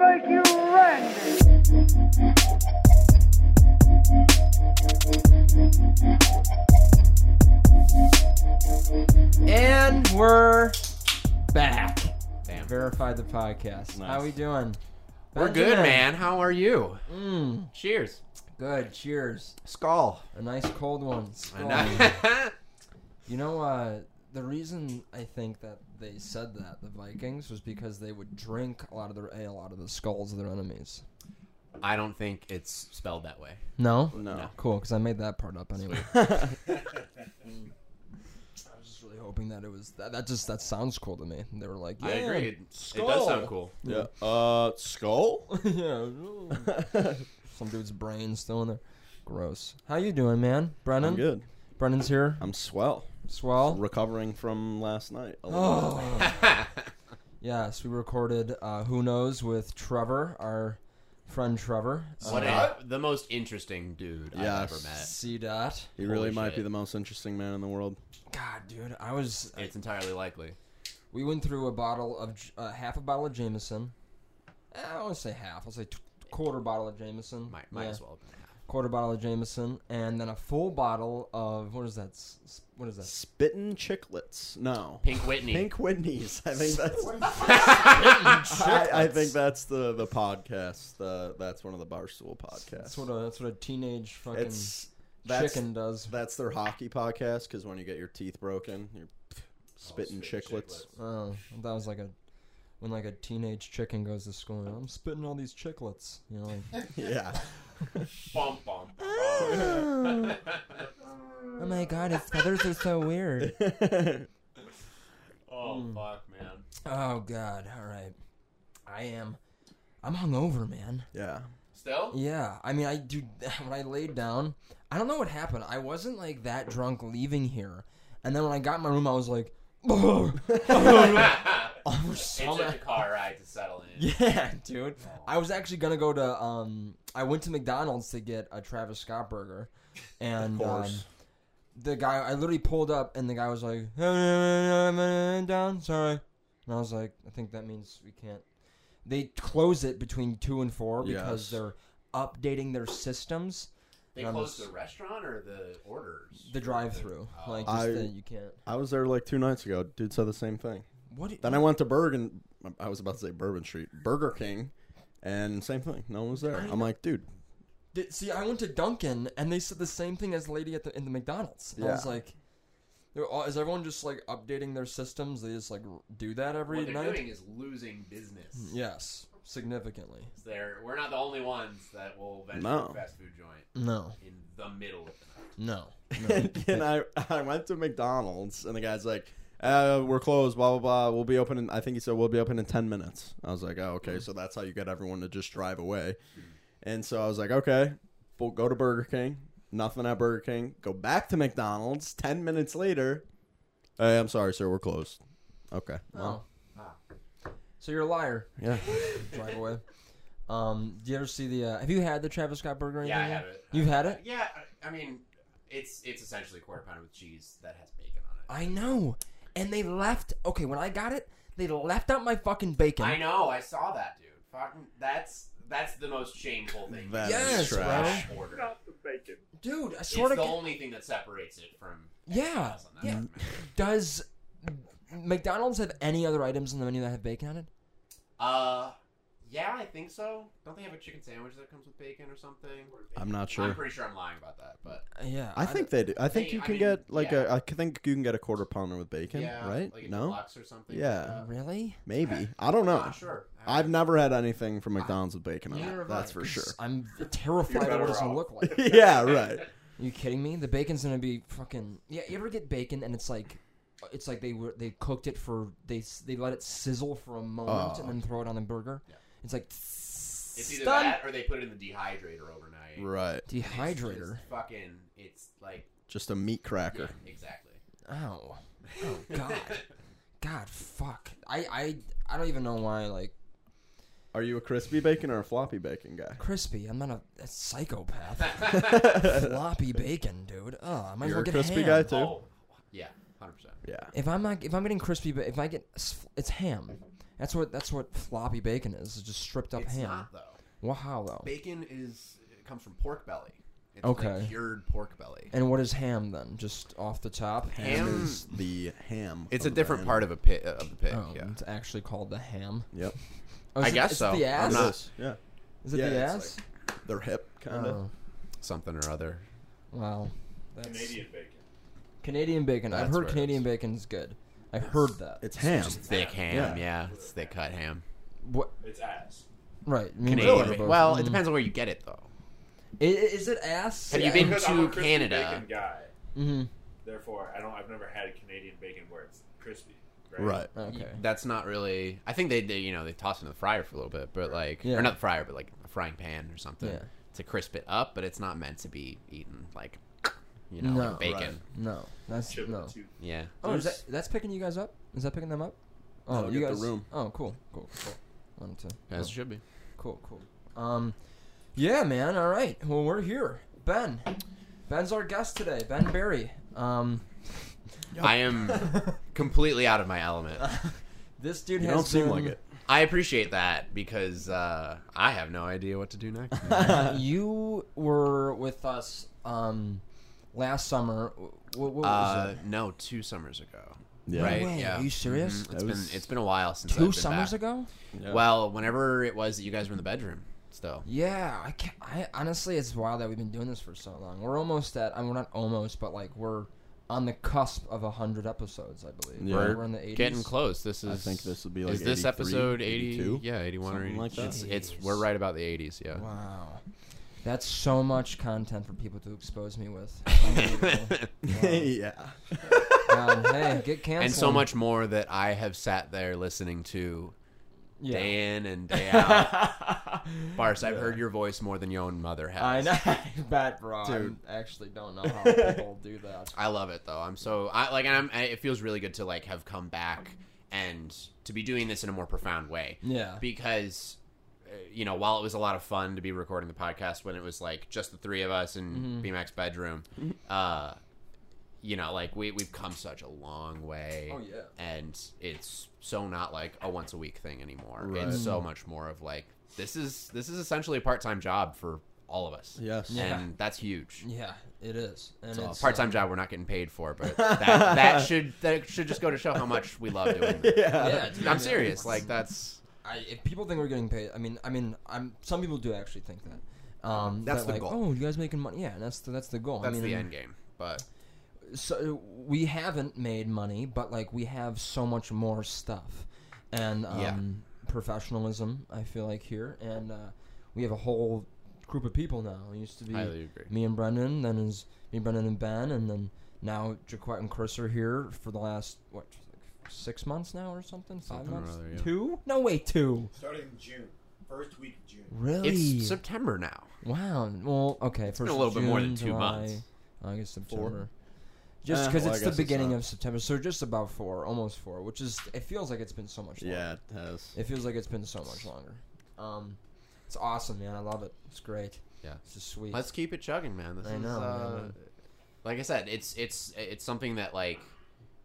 make you Randy. And we're back. Damn. Verified the podcast. How we doing? We're good, Benjamin. man. How are you? Mm, Cheers. good. Cheers. Skull. A nice cold one. I Skull. know. you know, uh, the reason I think that they said that the Vikings was because they would drink a lot of their ale out of the skulls of their enemies. I don't think it's spelled that way. No. No. Cool, because I made that part up anyway. I was just really hoping that it was that. That just that sounds cool to me. They were like, yeah, I agree. It, it skull. does sound cool. yeah. Uh, skull. yeah. Some dude's brain still in there. Gross. How you doing, man? Brennan? I'm good. Brennan's here. I'm swell. Swell. Recovering from last night. a little bit. Oh. yes, we recorded uh, Who Knows with Trevor, our friend Trevor. Uh, What a, the most interesting dude I've ever Yes. met. C dot. He really Holy might shit. be the most interesting man in the world. God, dude, I was. uh, It's entirely likely. We went through a bottle of J- uh, half a bottle of Jameson. Eh, I won't say half. I'll say t- quarter bottle of Jameson. Might, might Yeah. as well. Quarter bottle of Jameson, and then a full bottle of what is that? S- s- What is that? Spittin' chicklets. No. Pink Whitney. Pink Whitney's. I think that's. I, I think that's the the podcast. The that's one of the barstool podcasts. That's what a that's what a teenage fucking it's that's chicken does. that's their hockey podcast because when you get your teeth broken, you're spitting chicklets. Oh, that was like a when like a teenage chicken goes to school. And, I'm spitting all these chicklets. You know, like, Yeah. Bum, bum, bum. oh my god, his feathers are so weird. Oh, Hmm. fuck, man. Oh god, all right. I am. I'm hungover, man. yeah. Still? Yeah, I mean, I do. When I laid down, I don't know what happened. I wasn't like that drunk leaving here, and then when I got in my room, I was like, "Oh, it took a car ride to settle in. Oh. Yeah, dude. I was actually gonna go to um I went to McDonald's to get a Travis Scott burger and Of um, course. the guy I literally pulled up and the guy was like down, sorry. And I was like, I think that means we can't they close it between two and four because Yes. they're updating their systems. They And I'm closed just- the restaurant or the orders? The drive through. Oh. Like just I- that you can't I was there like two nights ago. Dude said the same thing. what Then I went to Bergen. I was about to say Bourbon Street, Burger King, and same thing. No one was there. I'm like, dude, Did, see, I went to Dunkin' and they said the same thing as the lady at the in the McDonald's. I Yeah. was like, they're all, is everyone just like updating their systems? They just like r- do that every What they're night. doing is losing Hmm. business. Yes, significantly. They're, we're not the only ones that will venture No. a fast food joint No, in the middle of the night. no. and I, I went to McDonald's, and the guy's like, uh, "We're closed, blah blah blah. We'll be open." In, I think he said we'll be open in ten minutes. I was like, "Oh, okay." So that's how you get everyone to just drive away. And so I was like, "Okay, we'll go to Burger King. Nothing at Burger King. Go back to McDonald's. Ten minutes later, hey, I'm sorry, sir. We're closed." Okay. Oh. Well, Ah. So you're a liar. yeah. Drive away. Um, do you ever see the? Uh, have you had the Travis Scott burger? or Yeah, I anything have yet? it. You've had it? Yeah, I, I mean, it's it's essentially a quarter pounder with cheese that has bacon on it. I know. And they left. Okay, when I got it, they left out my fucking bacon. I know, I saw that, dude. Fucking, that's that's the most shameful thing. That is Yes, trash. That order. Dude, I It's swear the to God. only thing that separates it from. Yeah, else on that yeah. document. Does McDonald's have any other items in the menu that have bacon on it? Uh, yeah, I think so. Don't they have a chicken sandwich that comes with bacon or something? I'm not I'm sure. pretty sure I'm lying about that, but Uh, yeah, I think they do. I think Hey, you I can mean, get like yeah. a. I think you can get a quarter pounder with bacon, yeah, right? Like a no, deluxe or something. like Yeah. that. really. maybe. I don't I'm know. not sure. I've never had anything from McDonald's with bacon on Yeah, it. That's for sure. I'm terrified of what it's gonna look like. yeah, right. Are you kidding me? The bacon's gonna be fucking. Yeah, you ever get bacon and it's like, it's like they were they cooked it for they s- they let it sizzle for a moment Oh. and then throw it on the burger. Yeah. It's like It's either done. that or they put it in the dehydrator overnight. Right. It's dehydrator. just fucking. It's like. Just a meat Yeah, cracker. exactly. Ow. Oh God. God fuck. I I I don't even know why like Are you a crispy bacon or a floppy bacon guy? crispy. I'm not a, a psychopath. floppy bacon, dude. Oh, I might as You're well a get crispy ham. guy too. oh, yeah, hundred percent. Yeah. If I'm not, if I'm getting crispy, but if I get, s- it's ham. That's what that's what floppy bacon is. It's just stripped up It's ham. not though. Well, how though? Bacon is it comes from pork belly. It's Okay. Like cured pork belly. And what is ham then? Just off the top. Ham- is the ham. It's a of the different animal. part of a pig. Of the pig. Oh, yeah. It's actually called the ham. Yep. Oh, I is it- guess is so. It I'm the ass? not- Yeah. Is it Yeah, the it's ass? Their hip kind of. oh, Something or other. wow. That's Canadian bacon. Canadian bacon. I've That's heard where it Canadian is. bacon's good. I've heard that. It's ham. Just thick ham. Yeah. Yeah. It's thick cut ham. what? It's ass. Right. me and Canadian. Jordan both. Well, it Mm. depends on where you get it though. I- i- Is it ass? Have you Yeah. been- Because I'm a to crispy Canada. Bacon guy. Mhm. Therefore, I don't. I've never had Canadian bacon where it's crispy. Right. Right. Okay. That's not really. I think they, they you know they toss it in the fryer for a little bit, but like Yeah. or not the fryer, but like a frying pan or something Yeah. to crisp it up. But it's not meant to be eaten like you know No. like bacon. Right. No, that's Chip no. too. Yeah. Oh, is There's- that that's picking you guys up? Is that picking them up? Oh, That'll you get the guys. room. Oh, cool, cool, cool. Wanted to. oh, As it should be. Cool, cool. Um, yeah, man. All right. Well, we're here. Ben, Ben's our guest today. Ben Barry. Um, I am completely out of my element. this dude You has don't seem been- like it. I appreciate that because uh, I have no idea what to do next. Uh, man. you were with us um last summer. What, what was uh, it? no, two summers ago. Yeah. Right? way. Yeah. Are you serious? Mhm. It's That been was it's been a while since I've Two been summers back. ago? Yeah. Well, whenever it was that you guys were in the bedroom, still. Yeah, I can't. I honestly, it's wild that we've been doing this for so long. We're almost at. I mean, we're not almost, but like we're on the cusp of hundred episodes, I believe. Yeah. We're, we're in the eighties. Getting close. This is. I think this would be like is this 83, episode 82? Yeah, eighty-one or Something 80. like that. It's, it's we're right about the eighties. Yeah. Wow, that's so much content for people to expose me with. Unbelievable. yeah. God, hey, get canceled. and so much more that I have sat there listening to Yeah. day in and day out. Bars, I've heard your voice more than your own mother has. I know. I bet, bro. Dude. I actually don't know how people do that. I love it though. I'm so I like, and I'm. I, it feels really good to like have come back and to be doing this in a more profound way. Yeah. because uh, you know while it was a lot of fun to be recording the podcast when it was like just the three of us Mm-hmm. in BMAC's bedroom uh you know like we we've come such a long way Oh, yeah. and it's so not like a once a week thing anymore Right. it's Mm-hmm. so much more of like this is this is essentially a part-time job for all of us Yes. Yeah. and that's huge Yeah, it is. And so, it's uh, part-time job we're not getting paid for but that, that should that should just go to show how much we love doing this. Yeah, dude, yeah. i'm serious like that's I, if people think we're getting paid, I mean, I mean, I'm. Some people do actually think that. Um, That's that, the like, goal. Oh, you guys making money? Yeah, that's the that's the goal. that's I mean, the end game but So we haven't made money, but like we have so much more stuff, and um, Yeah. professionalism. I feel like here, and uh, we have a whole group of people now. It used to be highly agree me and Brendan, then is me, Brendan, and Ben, and then now Jaquette and Chris are here for the last what like six months now or something? Five Something or months? other, yeah. Two? No, wait, two. Starting in June, first week of June. Really? It's September now. Wow. Well, okay. It's been a little bit more than two months. August, Four. September. Just Eh, because well, I it's guess the it's beginning not. of September, so just about four, almost four, which is it feels like it's been so much. Longer. Yeah, it has. It feels like it's been so much longer. Um, it's awesome, man. I love it. It's great. Yeah. It's just sweet. Let's keep it chugging, man. This I is know, uh, man. like I said, it's it's it's something that like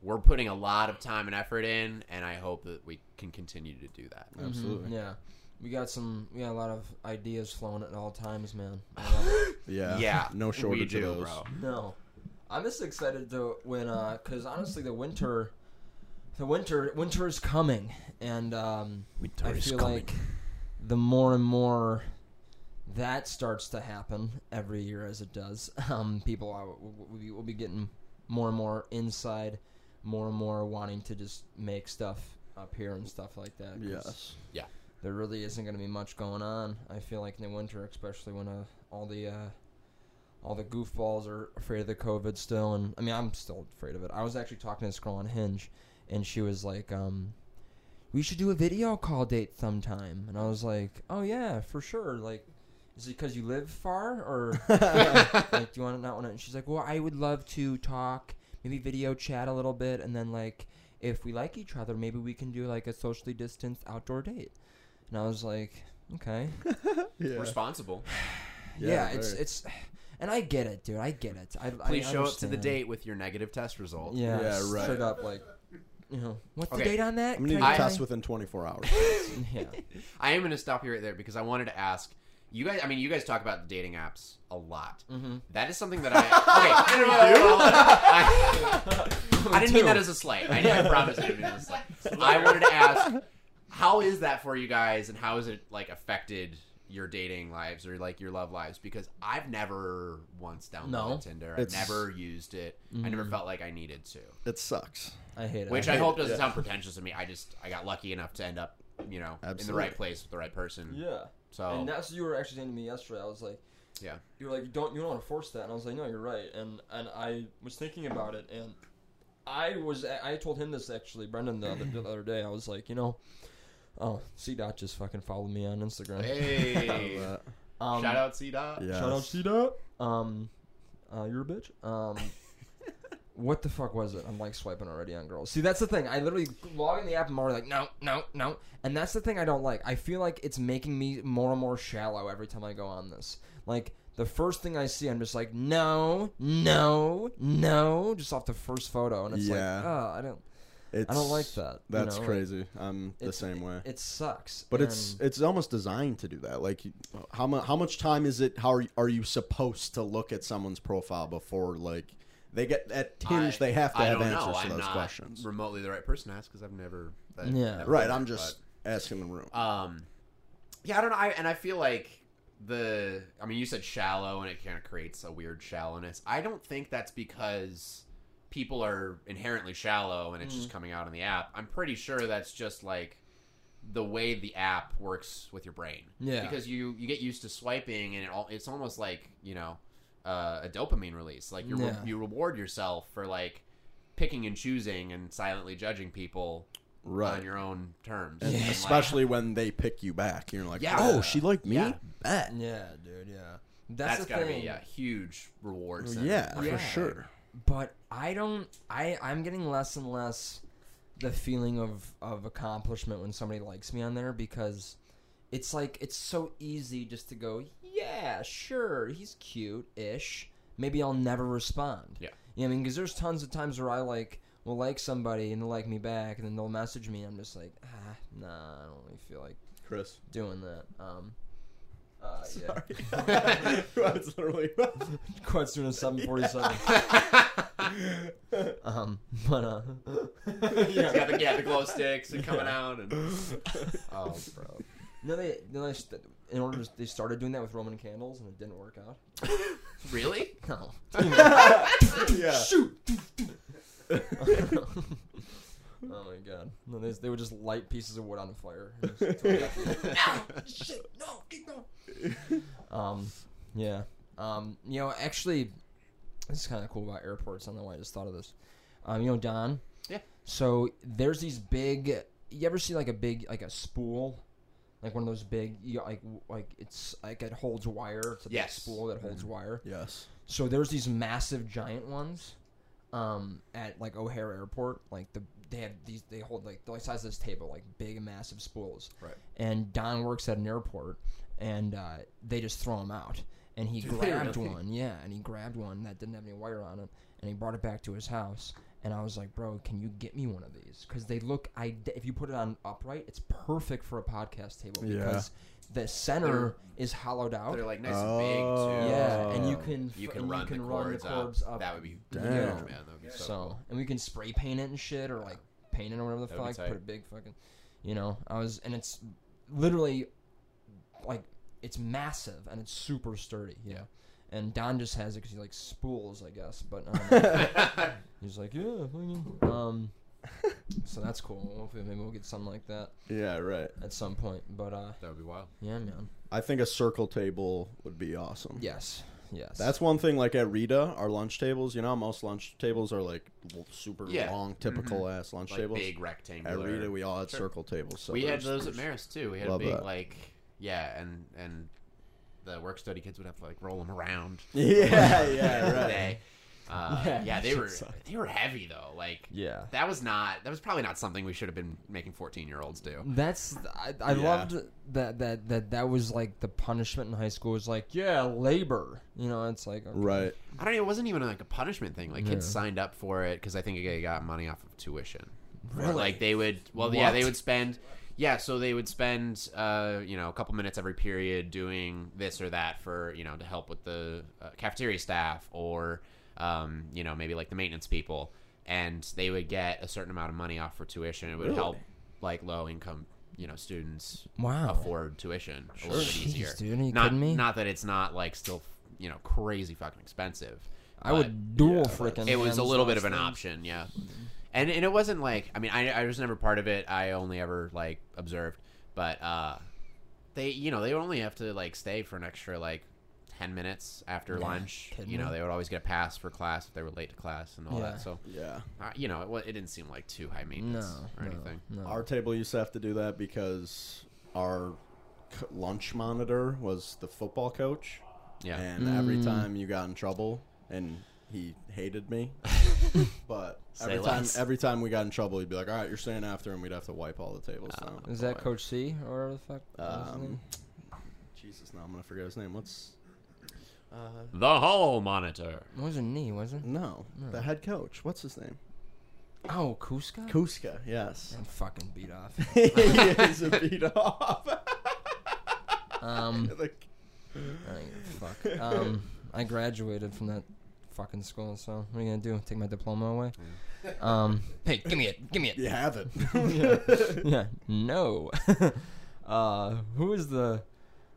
we're putting a lot of time and effort in, and I hope that we can continue to do that. Mhm, Absolutely. Yeah. We got some. We got a lot of ideas flowing at all times, man. I love it. Yeah. Yeah, No shortage we do, of those. bro. No, I'm just excited to when uh, cause honestly the winter, the winter winter is coming, and um, Winter I is feel coming. like the more and more that starts to happen every year as it does, um, people are, will, be, will be getting more and more inside, more and more wanting to just make stuff up here and stuff like that. 'cause Yes. there really isn't going to be much going on. I feel like in the winter, especially when uh, all the uh, all the goofballs are afraid of the COVID still, and I mean I'm still afraid of it. I was actually talking to this girl on Hinge, and she was like, um, "We should do a video call date sometime," and I was like, "Oh yeah, for sure." Like. Is it because you live far, or like, do you want to not want to? And she's like, "Well, I would love to talk, maybe video chat a little bit, and then like, if we like each other, maybe we can do like a socially distanced outdoor date." And I was like, okay. Yeah. Responsible. Yeah, it's very. it's and I get it, dude. I get it. I I Please show up to the understand. date with your negative test result. Yeah, Yeah, right. Straight up like you know, what's Okay. the date on that? I'm gonna Can need I- a test within 24 hours. Yeah. I am going to stop you right there because I wanted to ask you guys. I mean, you guys talk about dating apps a lot. Mm-hmm. That is something that I. Okay, no, no, no, no, no, no. I, I didn't mean that as a slight. I, I promise I didn't mean it as a slight. I wanted to ask, how is that for you guys, and how has it like affected your dating lives or like your love lives? Because I've never once downloaded No. Mm-hmm. Tinder. I've It's- never used it. I never felt like I needed to. It sucks. I hate it. Which I, hate hope doesn't yeah. sound pretentious to me. I just I got lucky enough to end up, you know, in the Absolutely. right place with the right person. it. Yeah. So And that's what you were actually saying to me yesterday. I was like, Yeah. You were like, you don't you don't want to force that, and I was like, no, you're right. And and I was thinking about it, and I was I told him this actually, Brendan, the other, the other day. I was like, you know, oh, C dot just fucking followed me on Instagram. hey, Uh, um, shout out C Dot. yes. Shout out C dot. Um, uh, you're a bitch. Um. What the fuck was it? I'm like swiping already on girls. See, that's the thing. I literally log in the app. I'm already like, no, no, no. And that's the thing I don't like. I feel like it's making me more and more shallow every time I go on this. Like the first thing I see, I'm just like, no, no, no, just off the first photo, and it's Yeah. like, oh, I don't, It's, I don't like that. you That's know, like, crazy. I'm the it's- same way. It sucks. But it's and- it's almost designed to do that. Like, you- how much how much time is it? How are you, are you supposed to look at someone's profile before like they get at Hinge? I- they have to I have don't know. answers to I'm those not questions. Remotely the right person to ask because I've never. that- Yeah. never right. been I'm there, just asking the room. but, um, yeah, I don't know. I and I feel like the. I mean, you said shallow, and it kind of creates a weird shallowness. I don't think that's because people are inherently shallow, and it's just coming out on the app. I'm pretty sure that's just like the way the app works with your brain. Yeah. Because you you get used to swiping, and it all it's almost like you know uh, a dopamine release. Like you Yeah. you reward yourself for like picking and choosing and silently judging people right. on your own terms. And And, like, Especially when they pick you back, you're like, Yeah. "Oh, she liked me." Yeah. Bet. yeah, dude, yeah. That's, that's the gotta thing. be a huge reward. Yeah, center. for Yeah. sure. but I don't. I I'm getting less and less the feeling of of accomplishment when somebody likes me on there because it's like it's so easy just to go, yeah, sure, he's cute ish. Maybe I'll never respond. You Yeah. know what I mean, because there's tons of times where I like will like somebody and they'll like me back and then they'll message me. and I'm just like, ah, nah, I don't really feel like Chris, doing that. Um. Uh, yeah. That's literally. Quite soon at 747. um, but, uh. He's got the, yeah, the glow sticks and coming out and oh, bro. No, they no, they st- in order to, they started doing that with Roman candles and it didn't work out. really? No. yeah. Shoot. oh my god. No, they, they would just light pieces of wood on fire. and just throw it out. no, shit, no, keep going. Um, yeah. Um, you know, actually, this is kind of cool about airports. I don't know why I just thought of this. Um, you know, Don. Yeah. So there's these big. You ever see like a big like a spool, like one of those big you like like it's like it holds wire. It's a Yes. Mm-hmm. big spool that holds wire. Yes. So there's these massive giant ones, um, at like O'Hare Airport. Like the they have these they hold like the size of this table, like big massive spools. Right. And Don works at an airport, and uh, they just throw them out. And he they grabbed really? one, yeah, and he grabbed one that didn't have any wire on it, and he brought it back to his house. And I was like, "Bro, can you get me one of these? Because they look, I if you put it on upright, it's perfect for a podcast table Yeah. because the center is hollowed out. They're like nice and big Oh. too. Yeah, and you Oh. can You f- can and run, you can the, run cords the cords up. up. That would be Damn. huge, man. That would be so. so, cool. and we can spray paint it and shit, or like paint it or whatever the That would be fuck. Put a tight. big fucking, you know. I was, and it's literally like it's massive and it's super sturdy. Yeah. And Don just has it because he likes spools, I guess. But um, he's like, yeah, fucking," um. So that's cool. Hopefully, maybe we'll get something like that Yeah. Right. at some point. But uh, That would be wild. yeah, man. I think a circle table would be awesome. Yes, yes. That's one thing. Like at Rita, our lunch tables. You know, how most lunch tables are like l- super Yeah. Mm-hmm. long, typical ass lunch Like tables. big At rectangular. Rita, we all had Sure. circle tables. So we had there's- those at Marist too. We had a Love big that. like yeah, and and the work study kids would have to like roll them around. Yeah. during the Yeah. Right. day. Uh, yeah, Yeah, they shit were sucked. they were heavy though. Like yeah. that was not that was probably not something we should have been making fourteen year olds do. That's I, I Yeah. loved that that that that was like the punishment in high school was like yeah labor you know it's like okay. Right. I don't. know, It wasn't even like a punishment thing. Like kids Yeah. signed up for it because I think they got money off of tuition. Where, Like they would, well, yeah, What? they would spend, yeah, so they would spend, uh, you know, a couple minutes every period doing this or that for, you know, to help with the uh, cafeteria staff or, um, you know, maybe like the maintenance people, and they would get a certain amount of money off for tuition. It would Really? help like low income, you know, students Wow. afford tuition a little bit Jeez, easier. dude, are you not, kidding me? Not that it's not like still, you know, crazy fucking expensive. I but- would dual freaking. it was a hands little bit those of an things. option yeah and and it wasn't like i mean I, I was never part of it i only ever like observed but uh they you know they would only have to like stay for an extra like 10 minutes after Yeah, lunch kidding you know me? they would always get a pass for class if they were late to class and all Yeah. that so Yeah. uh, you know it, wa- it didn't seem like too high No, maintenance or no, anything no. Our table used to have to do that because our c- lunch monitor was the football coach, yeah and every Mm. time you got in trouble, and he hated me. but Say every time, less. every time we got in trouble, he'd be like, "All right, you're staying after," and we'd have to wipe all the tables Oh, down. Is that Coach C or whatever the fuck? was his Um, name? Jesus, now I'm gonna forget his name. What's uh, the hall monitor It wasn't me, was it? no, the head coach. What's his name? Oh, Kuska. Kuska. Yes. And fucking beat off. he is a beat off. Um, Like, I don't give a fuck. Um, I graduated from that fucking school, so what are you gonna do? Take my diploma away? Um, hey, give me it, give me it. you have it. yeah, no. uh, who is the,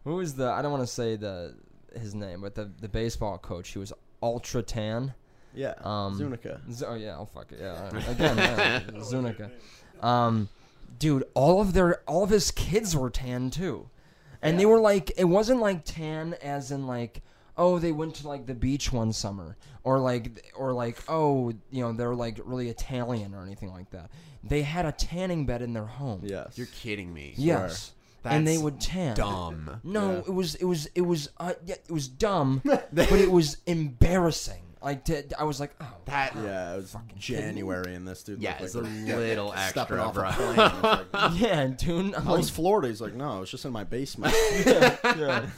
who is the? I don't want to say the his name, but the the baseball coach. He was ultra tan. Yeah. Um, Zunica. Z- oh yeah, I'll fuck it. Yeah, all right. again, yeah, Zunica. Um, dude, all of their all of his kids were tan too, and they were like, it wasn't like tan as in like. Oh, they went to like the beach one summer, or like, or like, oh, you know, they're like really Italian or anything like that. They had a tanning bed in their home. Yes. you're kidding me Yes. and they That's would tan. dumb No, Yeah. it was it was it was uh, yeah, it was dumb, but it was embarrassing. Like to, I was like, oh, that yeah, it was kidding me. January, and this dude. yeah looked it's a like he was little extra stepping off a bro plane. It's like, yeah, dude. I'm "Oh, like, it's Florida. He's like, no, it's just in my basement. I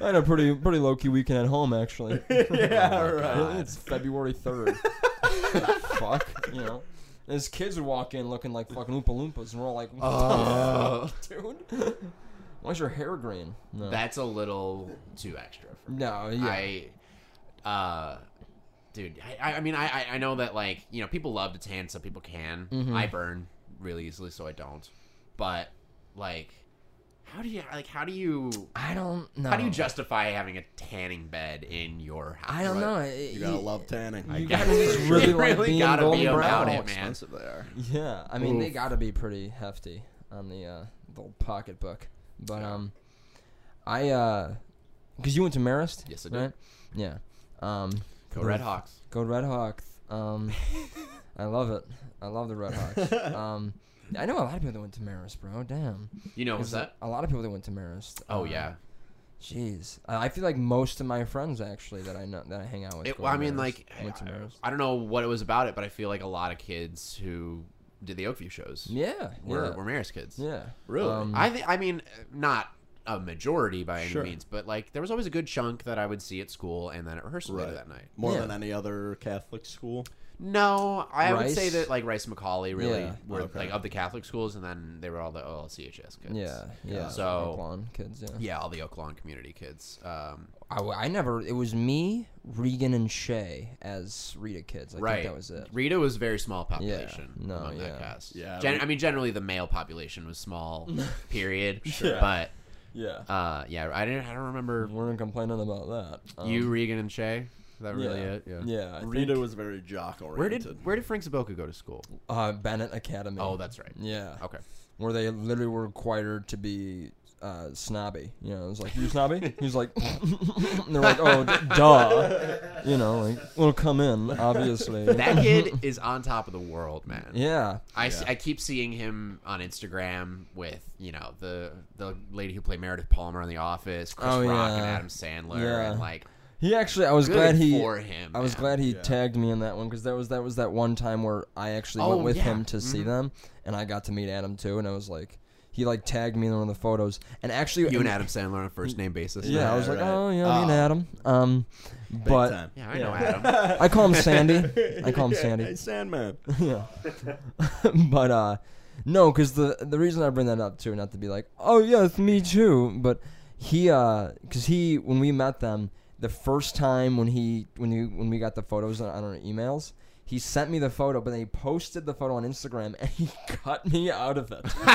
had a pretty pretty low key weekend at home actually. yeah, Really? It's February third. Fuck, you know. And his kids would walk in looking like fucking Oompa Loompas, and we're all like, what Oh. the fuck, dude? Why's your hair green? No. That's a little too extra for me. no, yeah. I, uh, dude, I, I- I mean, I, I- I know that, like, you know, people love to tan, some people can. Mm-hmm. I burn really easily, so I don't. But, like, how do you, like, how do you, I don't know. how do you justify having a tanning bed in your house? I don't Right. know. It- You gotta it- love tanning. You guess. gotta just really, You like really being gotta golden be about brown. it, How man. expensive they are. Yeah, I mean they Oof. gotta be pretty hefty on the uh, the old pocketbook. But um, I uh, because you went to Marist. Yes, I it did. Right? Yeah. Um, Go Red Hawks. Go Red Hawks. Um, I love it. I love the Red Hawks. um, I know a lot of people that went to Marist, bro. Damn. You know what's There's that? A lot of people that went to Marist. Oh, Uh, yeah. Jeez, I I feel like most of my friends actually that I know that I hang out with. It, go well, I to mean, Marist- like, went to I- Marist. I don't know what it was about it, but I feel like a lot of kids who did the Oakview shows Yeah, were, yeah, were Marist kids. yeah. Really? Um, I think I mean not a majority by any Sure. means, but like there was always a good chunk that I would see at school and then at rehearsal later that night. More Yeah. than any other Catholic school. No, I would say Rice? that like Rice Macaulay really Yeah. were Okay. like of the Catholic schools, and then they were all the oh, OLCHS kids. Yeah, yeah. So- Oaklawn kids, yeah. yeah, all the Oak Lawn community kids. Um, I, I never. It was me, Regan, and Shay as Rita kids. I right, think that was it. Rita was very small population no, among yeah. that cast. Yeah, Gen- we- I mean generally the male population was small. period. Sure, but Yeah, uh, yeah, I didn't. I don't remember we're not complaining about that. Um, you, Regan, and Shay. Is that really it? yeah. I Rita think- was very jock oriented. Where did Where did Frank Zaboka go to school? uh, Bennett Academy. Oh, that's right. yeah. Okay. Where they literally were required to be uh, snobby. You know, it was like you snobby. He's like, and they're like, oh, d- duh. You know, like, well, come in, obviously. That kid is on top of the world, man. yeah. I, s- I keep seeing him on Instagram with you know the the lady who played Meredith Palmer in The Office, Chris Oh, Rock, and yeah. Adam Sandler, Yeah. and like He actually, I was good glad he. for him. I was man. glad he Yeah. tagged me in that one because that was that was that one time where I actually Oh, went with yeah. him to see Mhm. them, and I got to meet Adam too, and I was like, He like tagged me in one of the photos, and actually, You and Adam Sandler on a first name basis. Yeah, I was like, right. oh yeah, me and Oh. Adam. Um, but time. Yeah, I know Adam. I call him Sandy. I call him Hey, Sandy. Sandman. yeah. but uh, no, because the the reason I bring that up too, not to be like, oh yeah, it's me too, but he uh, because he when we met them the first time when he when you when we got the photos on, on our emails. He sent me the photo, but then he posted the photo on Instagram, and he cut me out of it.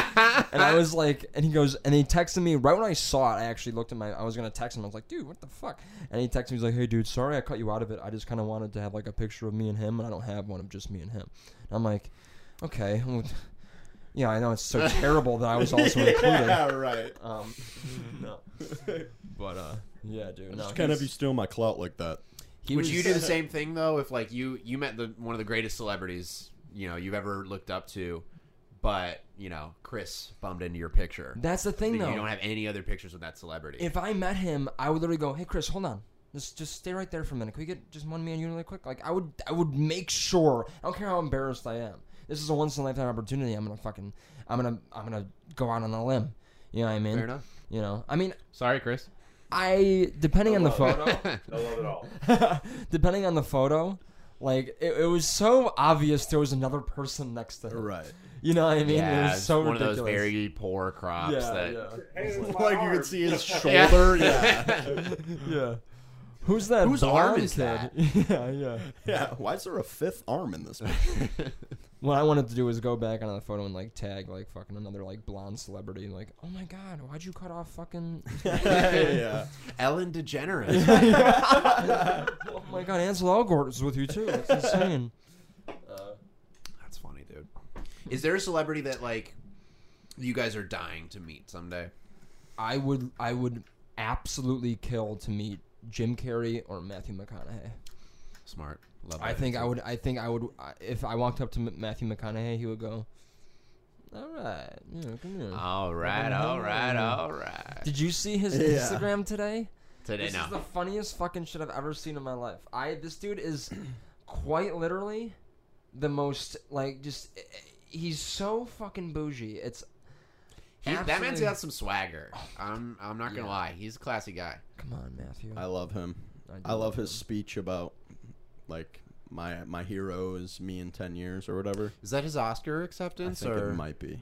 and I was like, and he goes, and he texted me right when I saw it. I actually looked at my, I was gonna text him. I was like, dude, what the fuck? And he texted me, he's like, hey, dude, sorry I cut you out of it. I just kind of wanted to have like a picture of me and him, and I don't have one of just me and him. And I'm like, okay, well, yeah, I know it's so terrible that I was also included. yeah, right. Um, no, but uh, yeah, dude, no, Just kind of you he's- steal my clout like that. he Would was- you do the same thing though if like you you met the one of the greatest celebrities you know you've ever looked up to, but you know Chris bummed into your picture. That's the thing, That though. You don't have any other pictures with that celebrity. if I met him, I would literally go, "Hey, Chris, hold on, just just stay right there for a minute. Can we get just one me and you really quick?" Like I would, I would make sure. I don't care how embarrassed I am. This is a once in a lifetime opportunity. I'm gonna fucking, I'm gonna, I'm gonna go out on a limb. You know what I mean? Fair enough. You know, I mean, Sorry, Chris. I depending on the photo, No love at all. depending on the photo, like it, it was so obvious there was another person next to him. Right. You know what I mean? yeah, it was so one ridiculous. of those very poor crops yeah, that. Hey, it's my Like you arm. could see his Yeah. shoulder. Yeah. yeah, yeah. Whose that? Whose arm blonde is kid? that? yeah, yeah. Yeah. Why is there a fifth arm in this picture? What I wanted to do was go back on the photo and like tag like fucking another like blonde celebrity like, oh my god, why'd you cut off fucking? yeah. Ellen DeGeneres. oh my god, Ansel Elgort is with you too. It's insane. That's funny, dude. Is there a celebrity that like you guys are dying to meet someday? I would I would absolutely kill to meet Jim Carrey or Matthew McConaughey. Smart. Love I that think I answer. would I think I would I- if I walked up to M- Matthew McConaughey, he would go, all right, you know, come here. All right, Oh. all right, all right. Uh, Did you see his Yeah. Instagram today? Today, This no. is the funniest fucking shit I've ever seen in my life. I this dude is quite literally the most like just he's so fucking bougie. It's He, that man's absolutely- got some swagger. Oh I'm I'm not gonna Yeah. lie. He's a classy guy. Come on, Matthew. I love him. I do I love his speech about like my my hero is me in ten years or whatever. Is that his Oscar I acceptance think or it might be.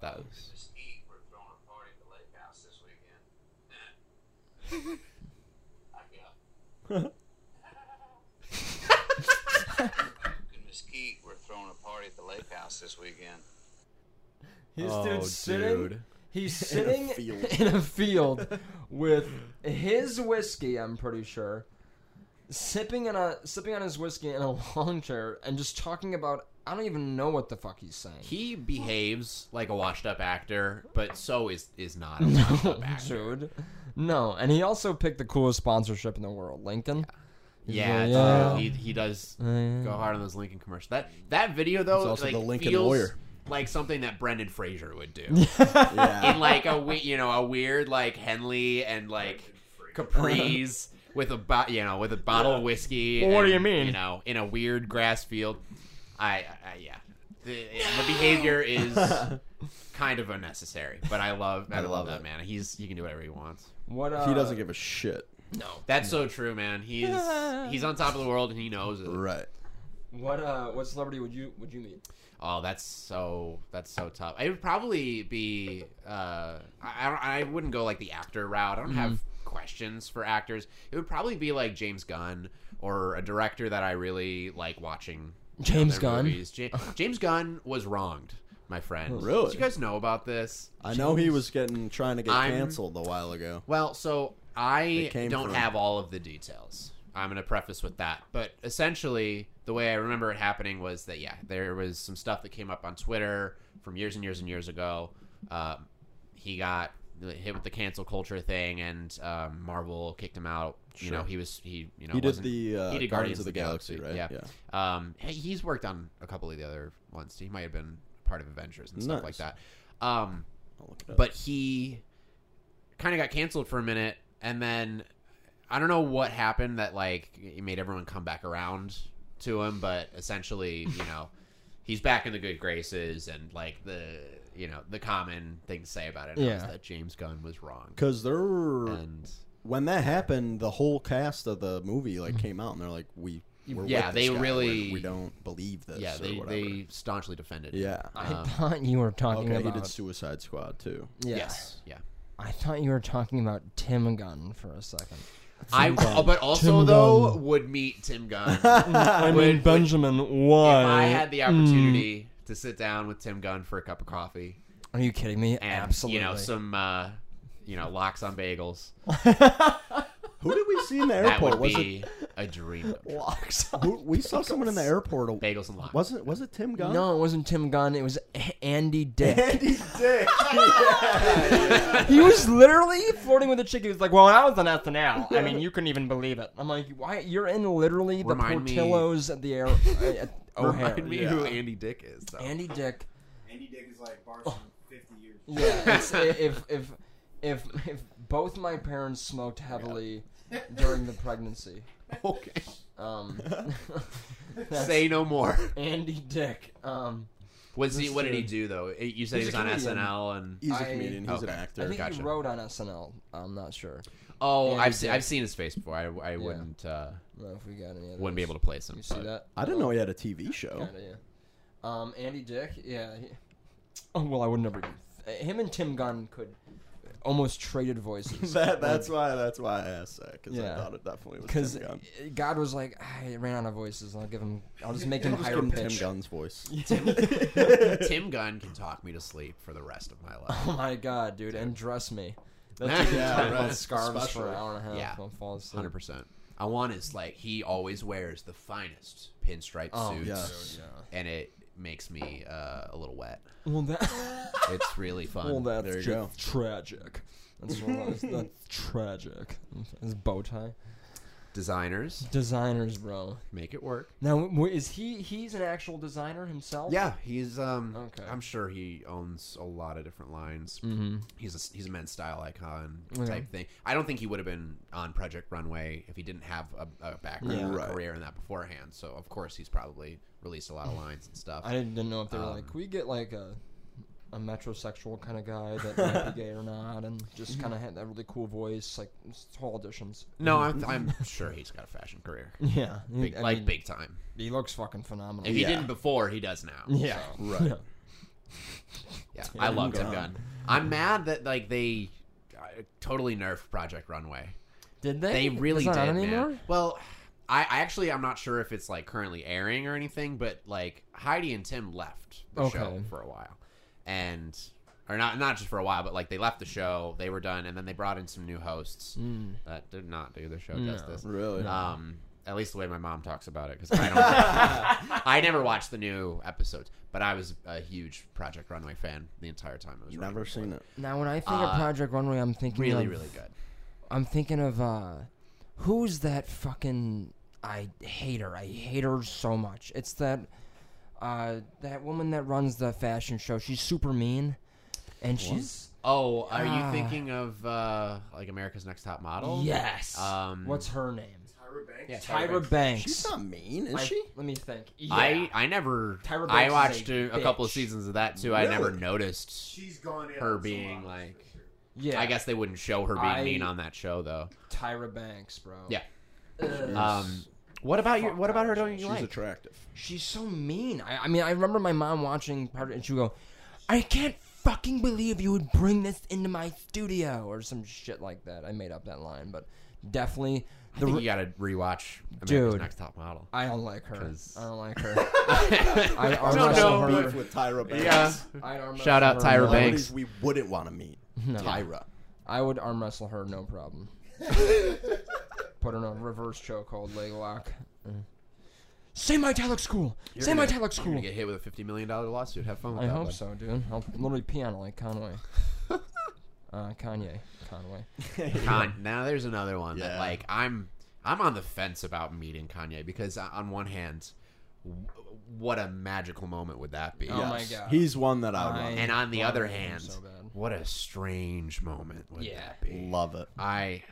that was Christmas Eve, we're throwing a party at the lake house this weekend. I got. Goodness Eve, we're throwing a party at the lake house this weekend. His Oh, dude's sitting. dude. He's sitting in a field. field, with his whiskey. I'm pretty sure, sipping on a sipping on his whiskey in a lawn chair and just talking about. I don't even know what the fuck he's saying. He behaves like a washed up actor, but so is is not a washed up actor. dude. No, and he also picked the coolest sponsorship in the world, Lincoln. Yeah, Yeah. dude, he he does Yeah. go hard on those Lincoln commercials. That that video though, He's also like, the Lincoln feels lawyer. like something that Brendan Fraser would do in Yeah. like a we- you know a weird like Henley and like capris with a bo- you know with a bottle of whiskey. What do and, you mean? You know, in a weird grass field. I, I yeah, the, the behavior is kind of unnecessary, but I love I, love, love that it. man. He's he can do whatever he wants. What uh, he doesn't give a shit. no. That's so true, man. He's he's on top of the world and he knows it. Right. What uh, what celebrity would you would you meet? Oh, that's so that's so tough. I would probably be. Uh, I I don't- I wouldn't go like the actor route. I don't have Mm-hmm. questions for actors. It would probably be like James Gunn or a director that I really like watching. you know, James their Gunn? movies. Ja- James Gunn was wronged, my friend. Really? Did you guys know about this? I know he was getting trying to get I'm- canceled a while ago. Well, so I came don't from- have all of the details. I'm going to preface with that. But essentially, the way I remember it happening was that, yeah, there was some stuff that came up on Twitter from years and years and years ago. Um, he got hit with the cancel culture thing, and um, Marvel kicked him out. You Sure. know, he was, he, you know, He did wasn't- the uh, he did Guardians of the Galaxy, right? Yeah. Um, hey, he's worked on a couple of the other ones. He might have been part of Avengers and stuff Nice. like that. Um, I'll look it up. but he kind of got canceled for a minute and then i don't know what happened that like it made everyone come back around to him but essentially you know he's back in the good graces, and like the you know the common thing to say about it now is Yeah. that James Gunn was wrong. Because there were And when that happened, the whole cast of the movie like came out and they're like, "We, we're Mm-hmm. Yeah, with they this guy. really- We're- we don't believe this." yeah, or they, whatever. they staunchly defended. it. yeah. I Um, thought you were talking Okay, he about. did Suicide Squad too. yeah. Yes, yeah. I thought you were talking about Tim Gunn for a second. I uh, Gunn. but also Tim though Gunn. would meet Tim Gunn. I mean, Would- Benjamin, if why? I had the opportunity to sit down with Tim Gunn for a cup of coffee Are you kidding me? and Absolutely. you know some uh, you know locks on bagels, Who did we see in the that airport? would Was be a dream. Locks it? Who, we saw someone in the airport. a- Bagels and locks. Wasn't was it Tim Gunn? No, it wasn't Tim Gunn. It was A- Andy Dick. Andy Dick. he was literally flirting with a chick. He was like, "Well, when I was on SNL, I mean, you couldn't even believe it." I'm like, "Why? You're in literally the Remind me- Portillos at the air at O'Hare." Oh, Remind me yeah. who Andy Dick is. Though. Andy Dick. Andy Dick is like bars Oh. from 50 years. Yeah. It's, i- if if if if both my parents smoked heavily during the pregnancy, okay. um, that's Say no more. Andy Dick. Um, Was he? What did he Mr. do though? You said He's he was a on comedian. SNL and He's a I- comedian. He's an okay. actor. I think he Gotcha. wrote on SNL. I'm not sure. oh, Andy I've seen, Dick. I've seen his face before. I, I wouldn't uh, I don't know if we got any. Of wouldn't be those. able to place him. You see but- that? I didn't know he had a TV show. Kinda, yeah. Um, Andy Dick, yeah. he- oh well, I would never. uh, Him and Tim Gunn could almost traded voices. that that's why that's why I asked that because Yeah. I thought it definitely was because Tim Gunn. God was like, I ran out of voices. I'll give him. I'll just make him Just higher give him Tim pitch. Gunn's voice. Tim Gunn can talk me to sleep for the rest of my life. Oh my God, dude, and dress me. That's a good Yeah, time. right. I'll scarves for Especially. an hour and a half. Yeah. I'll fall asleep. Hundred percent. I want is like he always wears the finest pinstripe Oh, suits, yes. and it makes me uh, a little wet. Well, that. It's really fun. Well, that's There you just go. tragic. That's, what I was- that's tragic. His bow tie. Designers Designers, bro. make it work. Now, w- w- is he? He's an actual designer himself. Yeah, he's. Um, Okay. I'm sure he owns a lot of different lines. Mm-hmm. He's a, he's a men's style icon Okay. type thing. I don't think he would have been on Project Runway if he didn't have a, a background Yeah. or a Right. career in that beforehand. So of course he's probably released a lot of lines and stuff. I didn't, didn't know if they were Um, like, "Can we get like a a metrosexual kind of guy that might be gay or not, and just kind of had that really cool voice, like it's all auditions. no, I'm, I'm sure he's got a fashion career, Yeah, he- big, I like mean, big time. He looks fucking phenomenal. If he didn't before, he does now. yeah, So, Right. Yeah. yeah. I Tim love Tim Gunn. Gunn. I'm mad that like they uh, totally nerfed Project Runway. Did they? They It's really not did, on man. anymore. Well, I, I actually I'm not sure if it's like currently airing or anything, but like Heidi and Tim left the Okay. show for a while, and or not not just for a while, but like they left the show, they were done, and then they brought in some new hosts Mm. that did not do the show No. justice. Really? Um, at least the way my mom talks about it, because I don't. I never watched the new episodes, but I was a huge Project Runway fan the entire time it was. Never running. seen it. Now, when I think of Uh, Project Runway, I'm thinking Really, of- really good. I'm thinking of uh, who's that fucking I hate her. I hate her so much. It's that uh, that woman that runs the fashion show. She's super mean, and she's Oh, are Ah. you thinking of uh, like America's Next Top Model? yes. Um, What's her name? Tyra Banks. yeah, Tyra Banks. She's not mean, is I- she? Let me think. Yeah. I I never. Tyra Banks I is watched a a, a couple of bitch. seasons of that too. I never Really? noticed. She's gone in Her on some being, lines, like- for sure. yeah. I guess they wouldn't show her being I- mean on that show though. Tyra Banks, bro. Yeah. Ugh. Um, what about you? Fuck What about her? that. Don't you She's like? attractive. She's so mean. I, I mean, I remember my mom watching part of it and she would go, I can't fucking believe you would bring this into my studio or some shit like that. I made up that line, but definitely I the. think re- you gotta rewatch America's Dude. Next Top Model. I don't like her. 'Cause- I don't like her. I I arm don't wrestle know, her. beef with Tyra Banks. Yeah. I arm Shout wrestle out her Tyra no- Banks. Celebrities we wouldn't want to meet. No. Tyra. I would arm wrestle her, no problem. Put her in a reverse chokehold, leg lock. Mm. Say my italic school. Say my italic You're gonna school. get hit with a fifty million dollar lawsuit. Have fun with I that. hope bud. so, dude. I'll literally pee on it like Conway. uh, Kanye. Conway. Con- now there's another one that Yeah. like I'm I'm on the fence about meeting Kanye because uh, on one hand, w- what a magical moment would that be? Oh my God. He's one that I would I- Oh, And on the Wow, other that would be hand, so bad. what a strange moment would Yeah. that be? love. love it. I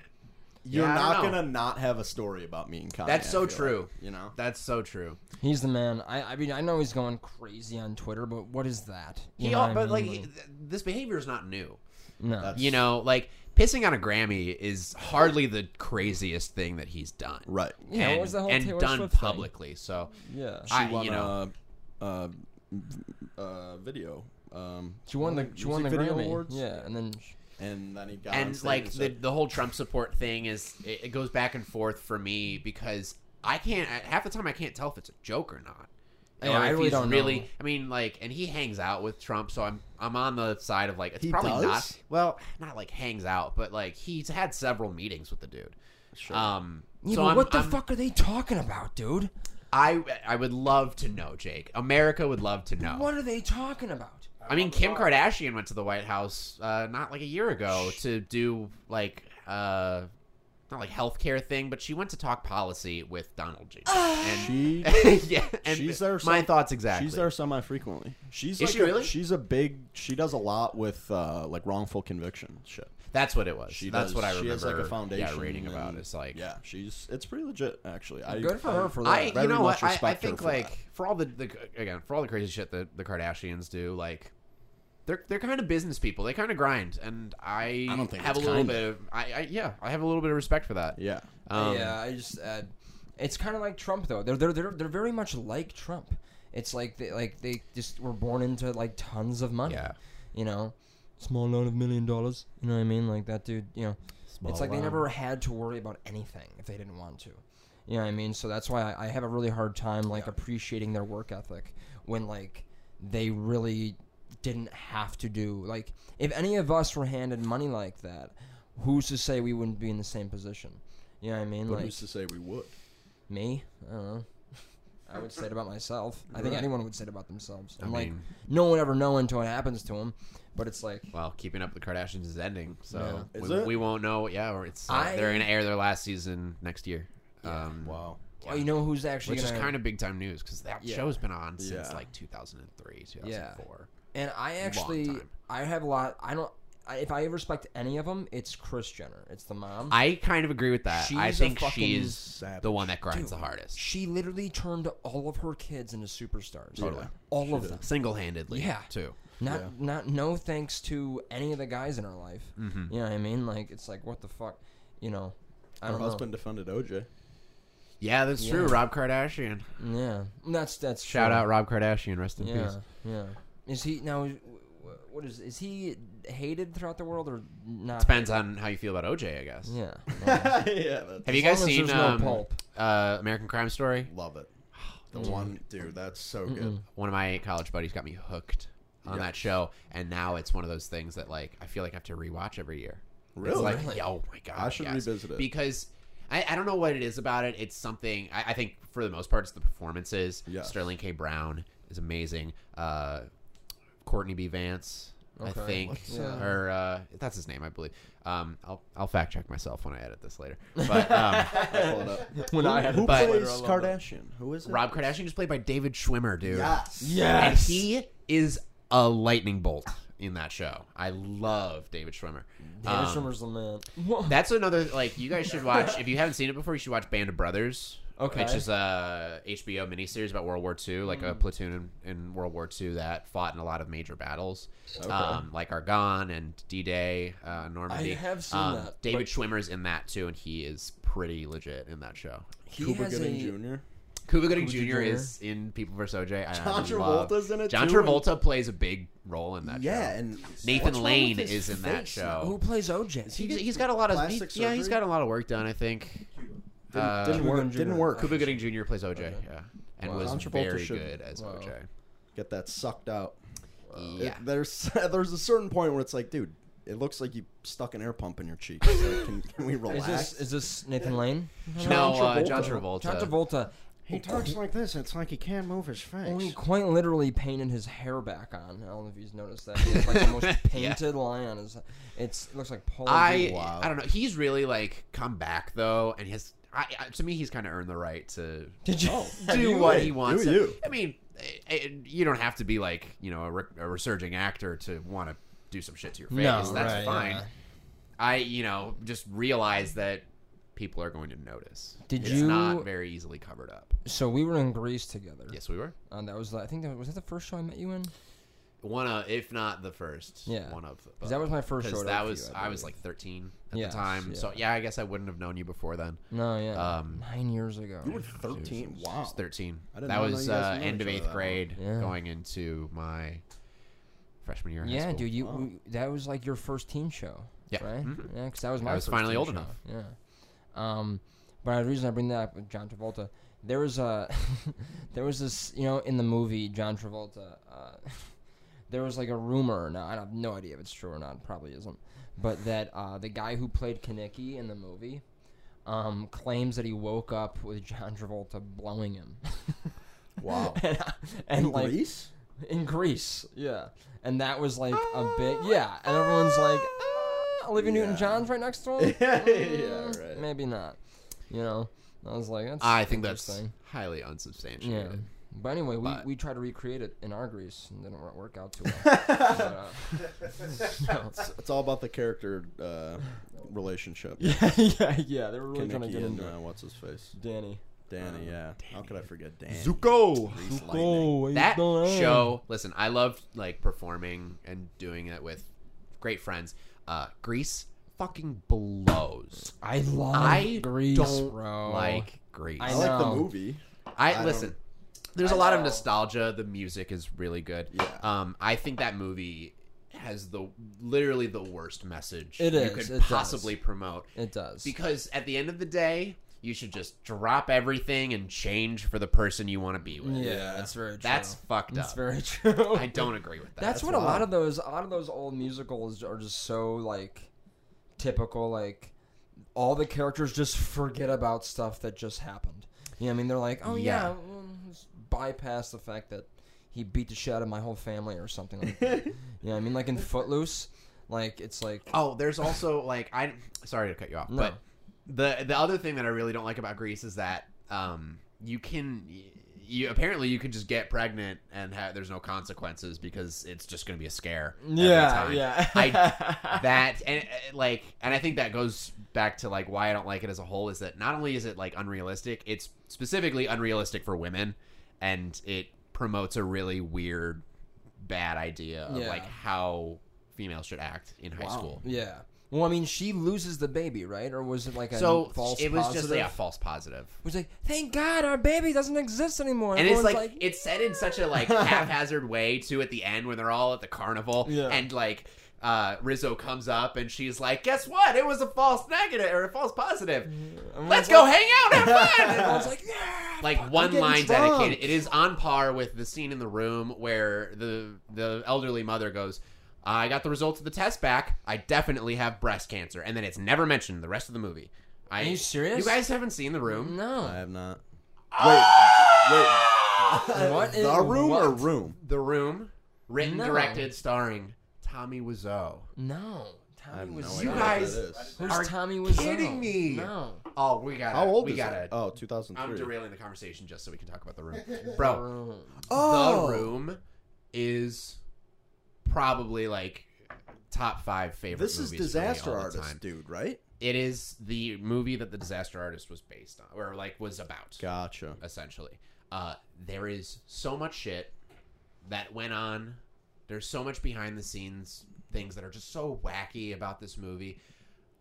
you're Yeah, I not don't know. gonna not have a story about me and Kanye. That's so I feel true. like, you know, That's so true. He's the man. I, I mean, I know he's going crazy on Twitter, but what is that? You He, know al- what I but mean? like he- th- this behavior is not new. no. That's- You know, like pissing on a Grammy is hardly the craziest thing that he's done. right? Yeah, what and, was the whole and Taylor done Swift thing? publicly. So yeah. I- She won you know. a, uh, uh, video. Um, She won the she won the music video Grammy. awards. Yeah, and then and then he got on and stage like the, said, the whole Trump support thing is it, it goes back and forth for me because I can't I- half the time I can't tell if it's a joke or not. You Yeah, I if really he's don't really, know. I mean, like, and he hangs out with Trump, so I'm I'm on the side of like it's He probably not does? well, not like hangs out, but like he's had several meetings with the dude. Sure. Um, yeah, so but I'm- what the I'm- fuck are they talking about, dude? I I would love to know, Jake. America would love to know. What are they talking about? I mean, Kim Kardashian went to the White House uh, not like a year ago to do like uh, not like healthcare thing, but she went to talk policy with Donald J. and, she yeah, and she's there my some- thoughts exactly. She's there semi frequently. She's Is like she a- really? She's a big. She does a lot with uh, like wrongful conviction shit. That's what it was. She That's does, what I remember. She has like a foundation. Yeah, reading about and- it's like yeah, she's it's pretty legit actually. I, Good for I- her for that. I, Very you know what? much I, I respect her think for like that. for all the, the again for all the crazy shit that the Kardashians do, like they're they're kind of business people. They kind of grind, and I, I don't think have a it's little kinda. bit of I, I yeah I have a little bit of respect for that. Yeah, Um, yeah, I just uh, it's kind of like Trump though. They're they're they're, they're very much like Trump. It's like they like they just were born into like tons of money. Yeah. You know, small loan of million dollars. You know what I mean? Like that dude. You know, it's like they never had to worry about anything if they didn't want to. You know what I mean? So that's why I, I have a really hard time like appreciating their work ethic when like they really didn't have to do like if any of us were handed money like that, who's to say we wouldn't be in the same position? You know what I mean? but like who's to say we would? me? I don't know. I would say it about myself. I think Right. anyone would say it about themselves. I I'm like, mean- no one ever know until it happens to them. But it's like, Well, keeping up with the Kardashians is ending, so Yeah. Is we, it? we won't know. Yeah, or it's uh, I- they're gonna air their last season next year. Um, Wow. oh, you know who's actually which is gonna kind of big time news because that Yeah. show's been on since Yeah. like 2003, 2004. And I actually, time. I have a lot. I don't. I, if I respect any of them, it's Chris Jenner. It's the mom. I kind of agree with that. I She's a think fucking she's savage. the one that grinds Dude, the hardest, she literally turned all of her kids into superstars. Totally. all of them. single handedly. Yeah. too. Not, Yeah. not, no thanks to any of the guys in her life. Mm-hmm. You know what I mean? Like, it's like, what the fuck? You know, I Her don't husband defended OJ. Yeah, that's true. Yeah. Rob Kardashian. know. Yeah, that's that's Shout true. out Rob Kardashian. Rest in Yeah, peace. yeah. Is he now? w- w- What is is he hated throughout the world or not? Depends on how you feel about OJ, I guess. Yeah. yeah, that's, Have you guys long as seen there's no um, pulp. uh, American Crime Story? love it. The one dude, that's so good. one of my college buddies got me hooked on Yeah. that show, and now it's one of those things that like I feel like I have to rewatch every year. It's Really? like, yeah, oh my god, I should yes. revisit it. because I, I don't know what it is about it. It's something I, I think for the most part it's the performances. Yeah. Sterling K. Brown is amazing. Uh, Courtney B. Vance. I Okay. think, What's, uh, or uh, that's his name, I believe. Um, I'll I'll fact check myself when I edit this later. But um, I pull it up. When who I had who but- plays Kardashian? Who is it? Rob Kardashian is played by David Schwimmer, dude. Yes. And he is a lightning bolt in that show. I love David Schwimmer. David Um, Schwimmer's the man. That's another like you guys should watch if you haven't seen it before. You should watch Band of Brothers, Okay. Mm. which is a HBO miniseries about World War II, like a platoon in, in World War II that fought in a lot of major battles, um, like Argonne and D Day, uh, Normandy. I have seen Um, that, David Schwimmer's in that too, and he is pretty legit in that show. He Cuba has Gooding a- Jr. Cuba Gooding Cuba Jr. Jr. is in People vs. OJ. I John love- Travolta's in it, John too, and- Travolta plays a big role in that. Yeah, show. and Nathan What's wrong Lane with his is in that face? Who show. plays OJ? He, he's got a lot of he, Plastic yeah, he's surgery? got a lot of work done. I think. Didn't, Uh, didn't Cuba work. Gooding Didn't Jr. work. Cuba Gooding Jr. plays OJ, yeah, and Wow. was John Travolta very should- good as Wow. OJ. Get that sucked out. Uh, It- Yeah, there's there's a certain point where it's like, dude, it looks like you stuck an air pump in your cheek. It's like, can, can we Is relax? this is this Nathan Lane? no, uh, John Travolta. John Travolta He talks like this. It's like he can't move his face. only quite literally painted his hair back on. I don't know if you've noticed that. He has like the most painted line on his. It's it looks like Paul. I Rudd. I don't know. He's really like come back though, and his I, I, to me he's kind of earned the right to did Oh, you? do You what win. he wants. Do to- you. I mean, eh, eh, you don't have to be like you know a, re- a resurging actor to want to do some shit to your face. No, That's right, fine. yeah. I you know just realize that people are going to notice. Did it's you- not very easily covered up. So we were in Greece together. Yes, we were Uh, that was, the- I think, that was that the first show I met you in. one of, if not the first. Yeah. one of. 'Cause that was my first Because show. that was I was like 13 at Yes, the time. So yeah. yeah, I guess I wouldn't have known you before then. no, yeah, um, nine years ago. You were 13. I Wow. was 13. I did that not know was you guys uh, knew end each of other eighth that grade, well. Yeah. going into my freshman year. Of high yeah, school. dude, you Wow. we- that was like your first teen show, Yeah. right? Mhm. Yeah, because that was my. was first finally teen old show. enough. Yeah, um, but the reason I bring that up with John Travolta, there was a, there was this, you know, in the movie John Travolta, uh, there was like a rumor. Now I have no idea if it's true or not. Probably isn't, but that uh, the guy who played Kaneki in the movie. Um, claims that he woke up with John Travolta blowing him. Wow. and, and In like Greece? in Greece, yeah. And that was like a bit, yeah. And everyone's like, ah, Olivia Yeah. Newton-John's right next to him. Yeah, Mm, right. Maybe not. You know, I was like, that's I think that's interesting. highly yeah. unsubstantiated. But anyway, we, But- we tried to recreate it in our Greece and didn't wor- work out too well. but, uh, no. It's, it's all about the character uh, relationship. yeah, Um, yeah, yeah. They were really trying to Kinnicky get and, into it. uh, what's his face? Danny. Danny, yeah. How could I forget Danny? Zuko. Grease Lightning. That show, listen, I loved like performing and doing it with great friends. Uh, Greece fucking blows. I love I Greece, don't bro. like Greece. I I like the know. movie. I, I listen. don't- There's a I lot of know. nostalgia. The music is really good. Yeah. Um, I think that movie has the literally the worst message It you is, could it does. possibly promote it does. because at the end of the day, you should just drop everything and change for the person you want to be with. yeah, that's very true. That's fucked That's up. very true. I don't agree with that. That's, what a lot of those a lot of those old musicals are just so like typical like all the characters just forget about stuff that just happened. You know what I mean? They're like, "Oh yeah, Yeah. well, let's bypass the fact that he beat the shit out of my whole family or something like that." you know what I mean? Like in Footloose, like it's like Oh, there's also like I sorry to cut you off, No. but the the other thing that I really don't like about Greece is that um you can you apparently you can just get pregnant and ha- there's no consequences because it's just going to be a scare. every time. I, that and uh, like and I think that goes back to like why I don't like it as a whole is that not only is it like unrealistic, it's specifically unrealistic for women and it promotes a really weird bad idea of Yeah. like how females should act in high school. yeah. Well, I mean, she loses the baby, right? Or was it like a So false it was positive? just yeah, false positive. It was like, "Thank God our baby doesn't exist anymore." And it's Everyone's like, it's said in such a like haphazard way too at the end when they're all at the carnival Yeah. and like uh, Rizzo comes up and she's like, "Guess what? It was a false negative or a false positive. everyone's Let's like- go hang out, have fun." And I everyone's was like, like, "Yeah." like one line dedicated. It is on par with the scene in the room where the the elderly mother goes, "I got the results of the test back. I definitely have breast cancer," and then it's never mentioned the rest of the movie. I, Are you serious? You guys haven't seen the room? I No. have not. What is The room or what? room? The Room, written, No. directed, starring Tommy Wiseau. No. I have Tommy no was. idea You what guys- that is. Who's are Tommy was? kidding me. No. Oh, we got. How old we is gotta, it? Oh, I'm 2003. derailing the conversation just so we can talk about the room, bro. Oh. The Room is probably like top five favorite. This movies is for me Disaster all the Artist, time. dude, right? It is the movie that the Disaster Artist was based on, or like was about. Gotcha. essentially. Uh, there is so much shit that went on. There's so much behind the scenes things that are just so wacky about this movie.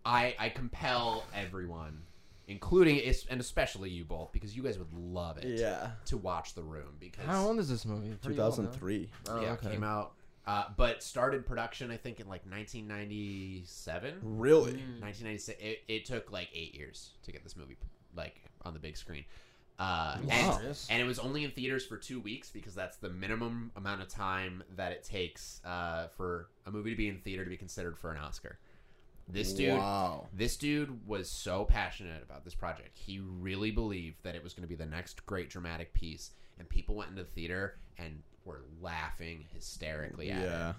I I compel everyone, including es- and especially you both, because you guys would love it, Yeah. to watch The Room because How old is this movie? Pretty old, huh? 2003. Oh, yeah, okay. it came out. Uh, but started production, I think, in like 1997. Hmm. Really? Mm, 1996. It, it took like eight years to get this movie like on the big screen. Uh, Wow. and, and it was only in theaters for two weeks because that's the minimum amount of time that it takes uh, for a movie to be in theater to be considered for an Oscar. This dude, Wow. this dude was so passionate about this project. He really believed that it was going to be the next great dramatic piece, and people went into the theater and were laughing hysterically at it Yeah.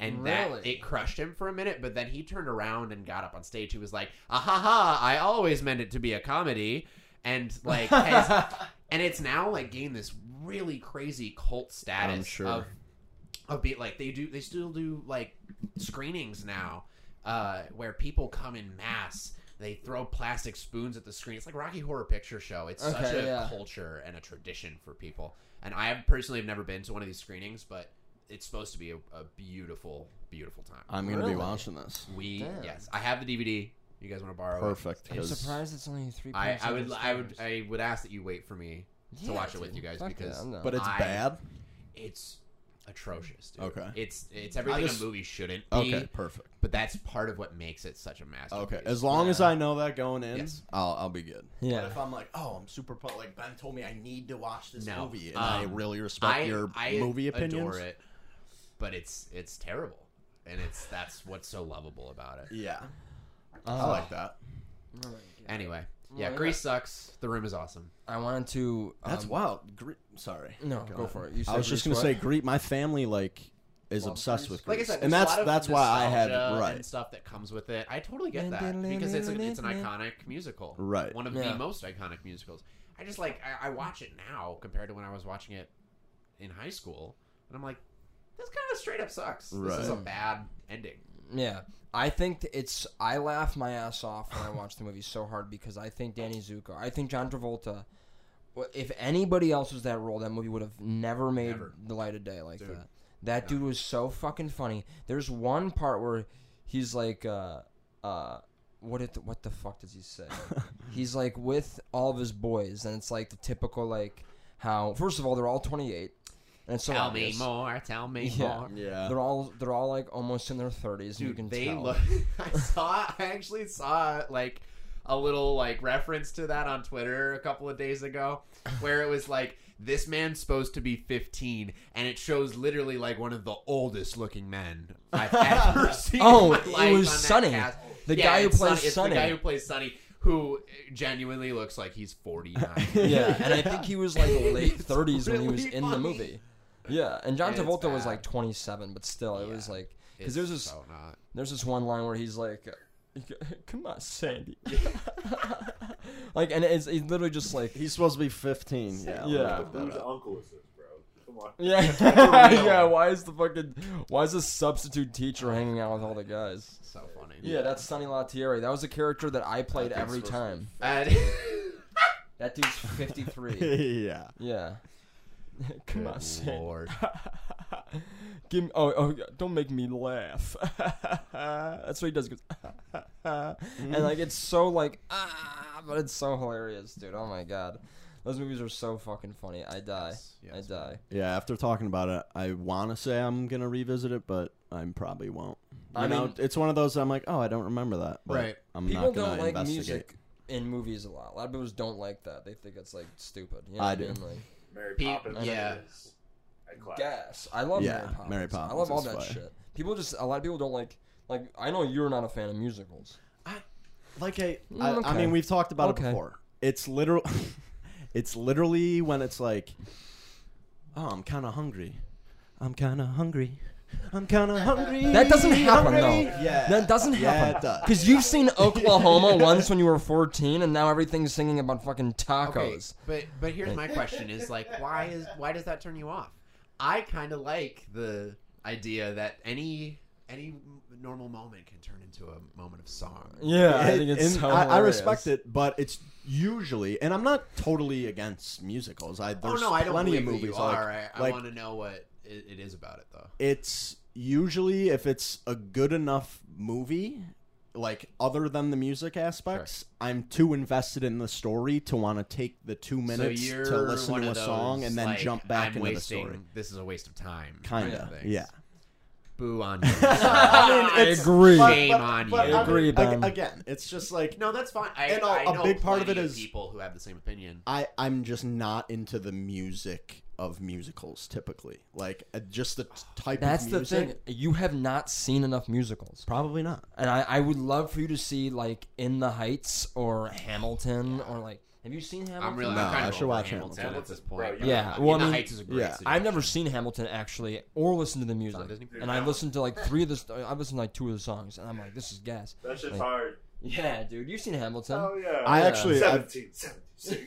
and that Really? it crushed him for a minute but then he turned around and got up on stage he was like ahaha i always meant it to be a comedy and like has, and it's now like gained this really crazy cult status I'm sure. of of be like they do they still do like screenings now uh where people come in mass They throw plastic spoons at the screen. It's like Rocky Horror Picture Show. It's such Okay, a yeah. culture and a tradition for people. And I have personally have never been to one of these screenings, but it's supposed to be a, a beautiful, beautiful time. I'm gonna Really? be watching this. we Damn. yes, I have the DVD. You guys want to borrow it? Perfect. I'm 'cause- surprised it's only three. I, points I out would of I would stars. I would ask that you wait for me to Yeah, watch it with dude. you guys Fuck because yeah, I'm not- but it's I- bad. it's atrocious. Dude. Okay. it's it's everything just- a movie shouldn't be. Okay, perfect. but that's part of what makes it such a masterpiece. Okay, as long as Yeah. I know that going in, Yes. I'll I'll be good. Yeah. But if I'm like, oh, I'm super pumped. Like Ben told me, I need to watch this No. movie, and Um, I really respect I, your I movie opinions. adore it, but it's it's terrible, and it's that's what's so lovable about it. Yeah, I Uh, like that. Anyway, yeah, Well, Grease sucks. The Room is awesome. I wanted to. Um, That's wild. Gre- Sorry. No, Go go, on. for it. You I was said just Grease gonna say, what? Greek. My family like is Loves obsessed Grease. with Like I Greece, said, and there's a that's lot of that's why I had nostalgia and right. stuff that comes with it. I totally get that because it's a, it's an iconic musical, Right. One of Yeah. the most iconic musicals. I just like I, I watch it now compared to when I was watching it in high school, and I'm like, this kind of straight up sucks. This is a Right. bad ending. Yeah, I think th- it's. I laugh my ass off when I watch the movie so hard because I think Danny Zuko, I think John Travolta. w- If anybody else was that role, that movie would have never made Never. the light of day like Dude. that. That dude was so fucking funny. There's one part where he's like, uh, uh, what it, what the fuck does he say? he's like with all of his boys, and it's like the typical like how. First of all, they're all 28, and it's so tell obvious. me more. Tell me Yeah. more. Yeah. They're all they're all like almost in their 30s. and you Dude, can they tell. look. I saw. I actually saw like a little like reference to that on Twitter a couple of days ago, where it was like this man's supposed to be 15, and it shows literally like one of the oldest looking men I've ever seen. Oh, in my it life was on that Sonny. cast. The Yeah, guy who it's Sonny- plays it's Sonny. The guy who plays Sonny, who genuinely looks like he's 49. Yeah, and I think he was like late It's 30s when he was really in the funny. movie. Yeah, and John And it's Travolta was bad. like 27, but still, it was Yeah. like It's because there's this so not. there's this one line where he's like, "Come on, Sandy," like, and it's, it's literally just like, He's supposed to be 15. Yeah. Yeah. let me look Whose that up. uncle is this, bro? Come on. yeah, yeah. Why is the fucking why is the substitute teacher hanging out with all the guys? So funny. Yeah, that's Sonny Lattieri. That was a character that I played every time. And- That dude's 53. yeah. yeah. Come on, Good Sandy. Lord. Give me, oh, oh, yeah, don't make me laugh. That's what he does. He goes, and like it's so like ah, but it's so hilarious, dude. Oh my god, those movies are so fucking funny. I die. Yes, I yes, die. Yeah. After talking about it, I want to say I'm gonna revisit it, but I probably won't. You I know, mean- it's one of those I'm like, oh, I don't remember that. But Right. I'm People not gonna don't like investigate. music in movies a lot. A lot of people just don't like that. They think it's like stupid. You know I what do. mean? Like, Mary Pete- Poppins. yeah. is a class. gas. I love Yeah, Mary Poppins. Mary I Poppins love all is that fire. shit. People just a lot of people don't like. Like I know you're not a fan of musicals. Like I, Mm, I, I okay. mean, we've talked about Okay. it before. It's literal. it's literally when it's like, oh, I'm kind of hungry. I'm kind of hungry. I'm kind of hungry. That doesn't happen, hungry." though. Yeah, That doesn't Yeah, happen. it does. Because you've seen Oklahoma once when you were 14, and now everything's singing about fucking Okay, tacos. but but here's my question: Is like why is why does that turn you off? I kind of like the idea that any any normal moment can turn into a moment of song. Yeah, I It- think it's and so I, I hilarious. respect it, but it's usually, and I'm not totally against musicals. I Oh there's no, I don't plenty believe of movies that you are. like, I, I like, want to know what it, it is about it though. it's usually if it's a good enough movie like other than the music aspects i'm too invested in the story to want to take the two minutes so you're to listen one to a of those, song and then like, jump back I'm into wasting, the story This is a waste of time. kind of of things. yeah Boo on you. I agree. Shame on you. I agree, I mean, Ben. ag- again it's just like no, that's fine. I, And a- I a know big part of plenty it is- people who have the same opinion. i i'm just not into the music of musicals typically like uh, just the t- type That's of the music thing. You have not seen enough musicals. probably not And I, I would love for you to see, like, In the Heights or Hamilton or, like, have you seen Hamilton? I'm really No, I'm kind I of should over watch Hamilton, Hamilton. at this point. Bro, yeah. but Well, I In the mean- Heights is a great. yeah. suggestion. I've never seen Hamilton actually, or listened to the music. Disney? And I listened to like three of the. I listened to like two of the songs, and I'm like, this is gas. That shit's Like- hard. Yeah, dude, you've seen Hamilton. Oh yeah. I Yeah. actually, I, 1776.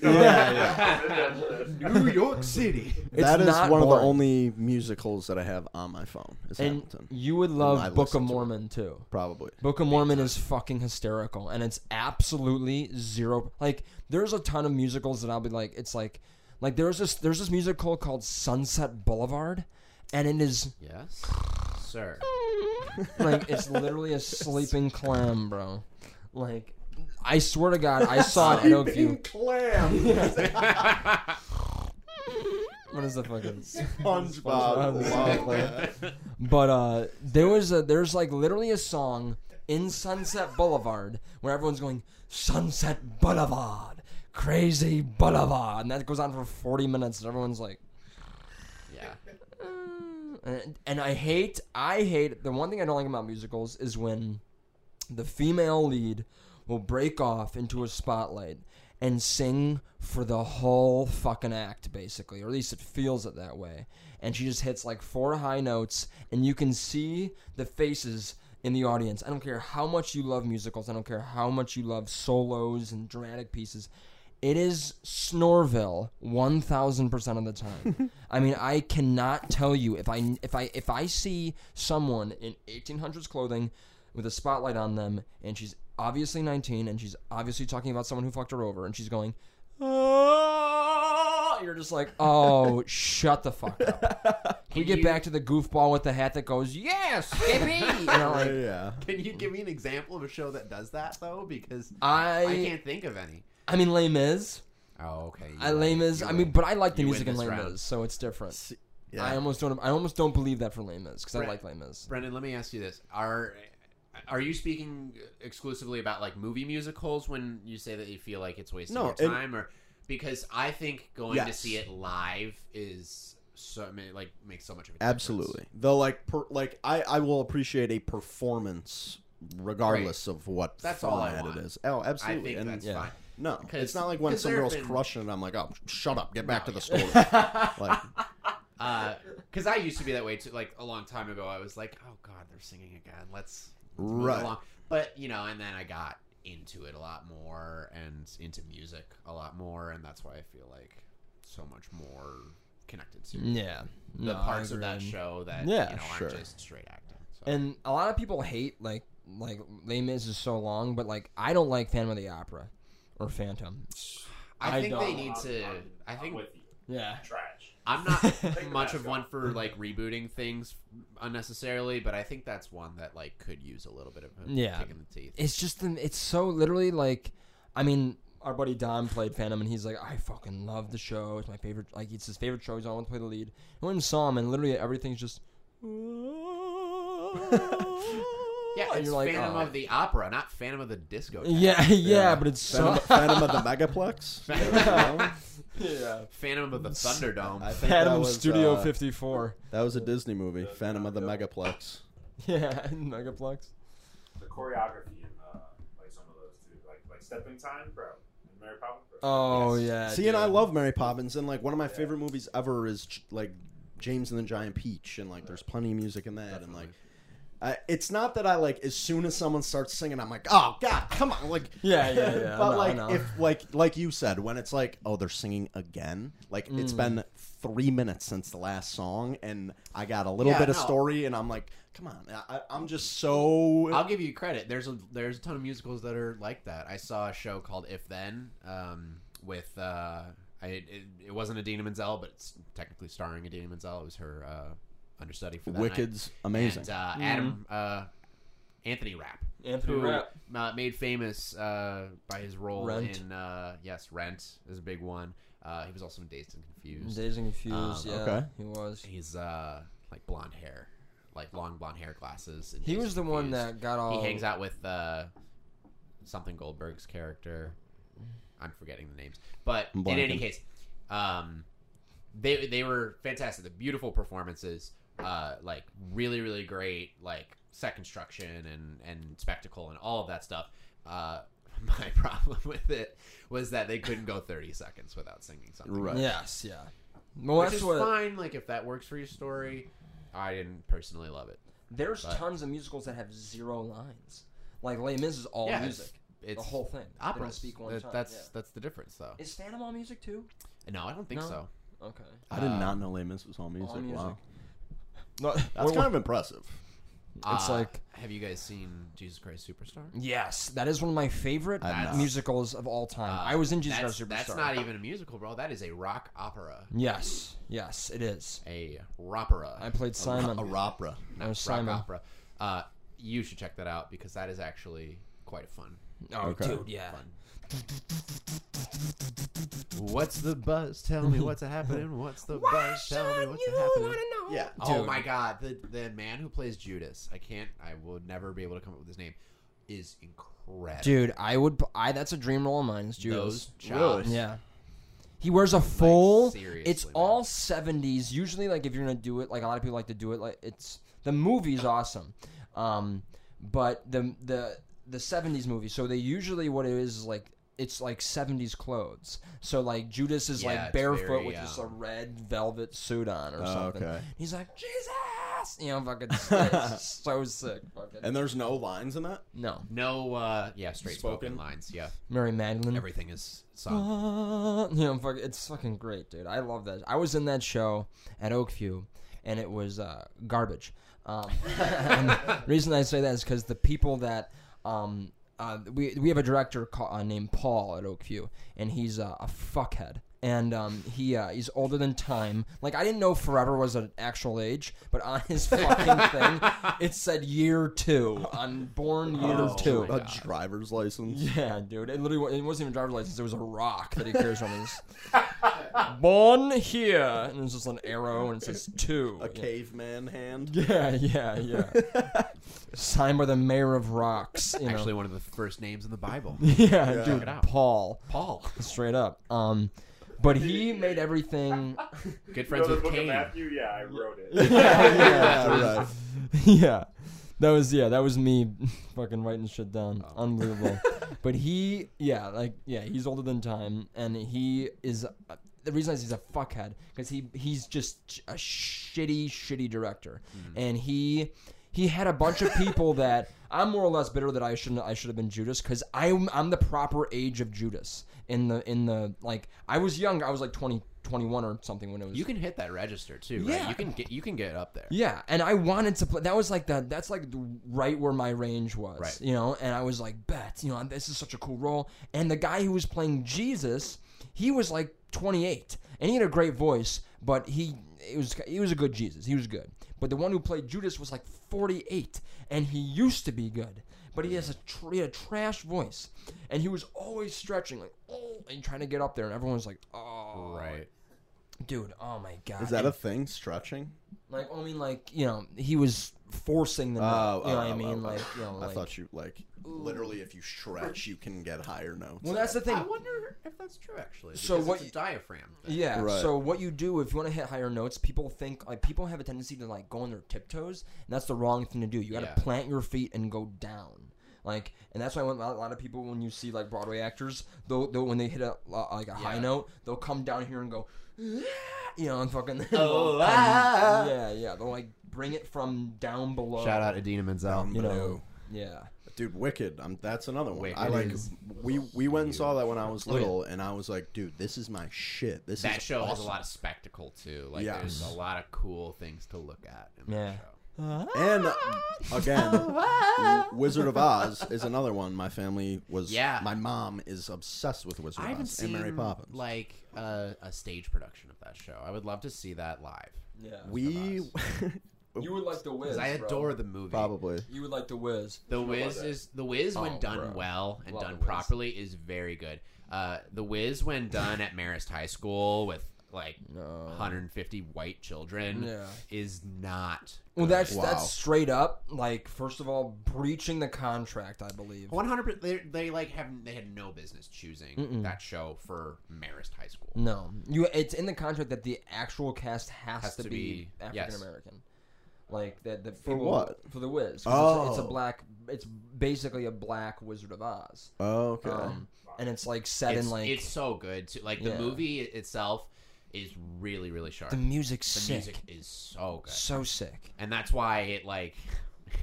Yeah, New York City. It's that is not one of the boring. only musicals that I have on my phone. Is And Hamilton you would I love Book of listen to it. Mormon too. probably? Book of Mormon is fucking hysterical, and it's absolutely zero. Like, there's a ton of musicals that I'll be like, it's like, like there's this there's this musical called Sunset Boulevard, and it is Yes, sir. like it's literally a sleeping clam, bro. Like, I swear to God, I saw it at Oakview. Clam, What is the fucking? SpongeBob, love that. But uh, there was a there's like literally a song in Sunset Boulevard where everyone's going Sunset Boulevard, Crazy Boulevard, and that goes on for 40 minutes, and everyone's like, Yeah. and, and I hate I hate the one thing I don't like about musicals is when the female lead will break off into a spotlight and sing for the whole fucking act basically or at least it feels it that way and she just hits like four high notes and you can see the faces in the audience i don't care how much you love musicals i don't care how much you love solos and dramatic pieces it is Snorville 1000% of the time. I mean, I cannot tell you if I if I if I see someone in 1800s clothing with a spotlight on them and she's obviously 19 and she's obviously talking about someone who fucked her over and she's going "Ah," you're just like, oh, shut the fuck up. Can we get back to the goofball with the hat that goes, yes, Skippy. You know, like, yeah. Can you give me an example of a show that does that though? Because I, I can't think of any. I mean, Les Mis. Oh, okay. I Les Mis. I mean, but I like the You music win in this Les round. Mis, so it's different. Yeah. I almost don't. I almost don't believe that for lame is because I Right. like lame is. Brendan, let me ask you this: Are are you speaking exclusively about like movie musicals when you say that you feel like it's wasting No, your and- time, or because I think going to Yes. see it live is so ma- like makes so much of a difference. Absolutely. Though, like, per, like I, I will appreciate a performance regardless of what That's all I format want. it is. Oh, I absolutely. think and that's yeah. fine. No, 'Cause- it's not like when 'cause some there have girl's been- crushing it, I'm like, oh, shut up, get back No, to the yeah. story. like, because Uh, I used to be that way too. Like a long time ago, I was like, "Oh God, they're singing again. Let's, let's move Right. along." But you know, and then I got into it a lot more and into music a lot more, and that's why I feel like so much more connected to Yeah, the No, I parts of agree. that show that Yeah, you know sure. aren't just straight acting. So. And a lot of people hate like like lame is is so long, but like I don't like Phantom of the Opera or Phantom. I I think they don't- need to. I'm- I I'm think with you. Yeah, Trash. I'm not the much mask of off. one for like rebooting things unnecessarily, but I think that's one that like could use a little bit of a Yeah. kick in the teeth. it's just an- it's so literally like, I mean, our buddy Don played Phantom, and he's like, I fucking love the show. It's my favorite. Like it's his favorite show. He's always play the lead. I went and saw him, and literally everything's just. Yeah, And it's you're like, Phantom "Oh." of the Opera, not Phantom of the Disco. Yeah, yeah, Yeah. but it's so. Phantom, Phantom of the Megaplex? Phantom. yeah. Phantom of the I Thunderdome. think that Phantom was, Studio uh, 54. That was a Disney movie, Phantom of the Megaplex. Yeah, Megaplex. The choreography in uh, like some of those too, like like stepping time, bro. And Mary Poppins, bro. Oh yeah. See, and I love Mary Poppins, and like one of my favorite movies ever is j- like James and the Giant Peach, and like there's plenty of music in that, and like. I, it's not that I like. As soon as someone starts singing, I'm like, "Oh God, come on!" Like, Yeah, yeah, yeah. but No, like, no. if like like you said, when it's like, "Oh, they're singing again," like it's Mm. been three minutes since the last song, and I got a little Yeah, bit of no. story, and I'm like, "Come on!" I, I, I'm just so I'll give you credit. There's a there's a ton of musicals that are like that. I saw a show called If Then um, with uh, I it, it wasn't Adina Menzel, but it's technically starring Adina Menzel. It was her uh, understudy for that. night. wicked's amazing. And, uh, Adam uh, Anthony Rapp, Mm-hmm. Anthony who Rapp. Uh, made famous uh, by his role Rent. in uh, yes, Rent is a big one. Uh, he was also in Dazed and Confused. Dazed and Confused. Um, yeah, Ah, okay. he was. He's uh like blonde hair, like long blonde hair, glasses. And He he's was the one confused. that um, got all. he hangs out with uh something Goldberg's character. I'm forgetting the names, but I'm in any blanking. case, um, they they were fantastic. The beautiful performances, uh, like really really great, like set construction and and spectacle and all of that stuff. Uh, my problem with it was that they couldn't go 30 seconds without singing something. Right. Yes, yeah. Well, Which that's is what. fine, like if that works for your story. I didn't personally love it. There's but- tons of musicals that have zero lines. Like Les Mis is all Yeah, music. It's the whole thing. They don't Operas. speak one That- time, That's yeah. that's the difference, though. Is Stanimore music too? no, I don't think No. so. Okay. I did Uh, not know Les Mis was all music. All music. Wow, No, that's kind of impressive. It's Uh, like- have you guys seen Jesus Christ Superstar? yes, that is one of my favorite I have not. musicals of all time. Uh, I was in Jesus that's, Christ Superstar. That's not even a musical, bro. That is a rock opera. Yes, yes, it is. A ropera. I played Simon. A opera. not rock Simon. opera. Uh, you should check that out because that is actually quite fun. oh, Okay. dude, yeah. Fun. What's the buzz? Tell me what's happening. What's the buzz? Tell me what's happening. know? Yeah. Oh Dude. my god, the the man who plays Judas, I can't, I will never be able to come up with his name, is incredible. Dude, I would. I that's a dream role of mine. Is Those Judas. chops. Yeah. He wears a full. seriously, it's man. all seventies. Usually, like if you're gonna do it, like a lot of people like to do it. Like it's the movie's awesome, um, but the the the seventies movie. So they usually what it is is like it's like seventies clothes. So like Judas is Yeah, like it's barefoot very, with just a um, red velvet suit on or Oh, something. okay. He's like Jesus, you know, fucking it's so sick. Fucking. And there's no lines in that. no, No, uh, yeah, straight spoken, Spoken. lines. Yeah, Mary Magdalene. everything is sung. Uh, you know, fuck, it's fucking great, dude. I love that. I was in that show at Oakview, and it was uh, garbage. Um, and the reason I say that is because the people that um, uh, we we have a director ca- uh, named Paul at Oakview, and he's uh, a fuckhead. And um, he uh, he's older than time. Like I didn't know forever was an actual age, but on his fucking thing, it said year two. I'm born year Oh, two. my A driver's license. Yeah, dude. It literally wa- it wasn't even a driver's license. It was a rock that he carries on his. Born here, and it's just an arrow, and it says two. A caveman hand. yeah, yeah, yeah. Signed by the mayor of rocks. You know. Actually, one of the first names in the Bible, yeah, Check dude. it out. Paul, Paul. straight up. Um, but he made everything. Good You know friends the with book of Cain. Matthew? Yeah, I wrote it. yeah, right. yeah. That was yeah, that was me fucking writing shit down. Unbelievable. but he yeah, like yeah, he's older than time and he is uh, the reason is he's a fuckhead cuz he he's just a shitty shitty director. And he he had a bunch of people that I'm more or less bitter that I shouldn't I should have been Judas cuz I'm I'm the proper age of Judas in the in the like I was young, I was like 20 21 or something when it was You can hit that register too, right? Yeah. You can get you can get up there. yeah, and I wanted to play. That was like the that's like the- right where my range was, Right. you know. And I was like, bet, you know, this is such a cool role. And the guy who was playing Jesus, he was like 28, and he had a great voice, but he it was he was a good Jesus. He was good, but the one who played Judas was like 48, and he used to be good. But he has a, tr- he had a trash voice, and he was always stretching, like, oh, and trying to get up there, and everyone was like, oh, Right. dude, oh my god, Is that And- a thing? Stretching? like I mean, like you know, he was forcing the. Oh, note, you know oh, what I oh, mean? oh, like you know, I like. thought you like literally if you stretch, you can get higher notes. well, that's the I thing. wonder if that's true actually. So because what it's you- a diaphragm? thing. Yeah. Right. So what you do if you want to hit higher notes, people think like people have a tendency to like go on their tiptoes, and that's the wrong thing to do. You got to Yeah. plant your feet and go down. Like, and that's why when, a lot of people, when you see like Broadway actors, they'll, they'll when they hit a uh, like a high Yeah. note, they'll come down here and go, you know, and fucking. they'll Oh, come- ah. yeah, yeah. They'll like bring it from down below. Shout out Adina Menzel. You know. Blue. Yeah. Um, Dude, Wicked. Um, that's another one. Wicked I like. is We we went and saw that when I was Oh, yeah. little, and I was like, dude, this is my shit. This that is show has a awesome. lot of spectacle too. Like Yeah. there's a lot of cool things to look at in that Yeah. show. And uh, again, Wizard of Oz is another one. My family was. Yeah. My mom is obsessed with Wizard I of haven't Oz seen and Mary Poppins. like uh, a stage production of that show. I would love to see that live Yeah. we You would like the Wiz. because I bro. adore the movie. probably. You would like the Wiz. The Wiz that. is the Wiz when Oh, done bro. well and Love done The Wiz. properly is very good. Uh, the Wiz when done at Marist High School with like No. 150 white children Yeah. is not. Well, good. that's Wow. that's straight up like first of all breaching the contract, I believe. 100. They, they like have they had no business choosing Mm-mm. that show for Marist High School. No, you. It's in the contract that the actual cast has, Has to, to be, be- yes. African American. Like that. The For people- what? For the Wiz. 'Cause It's, a, it's Oh. a black. It's basically a black Wizard of Oz. Okay. Um, and it's like set it's, in like it's so good too. Like Yeah. the movie itself is really really sharp. the The, music's sick, music is so good, so sick. and that's why it like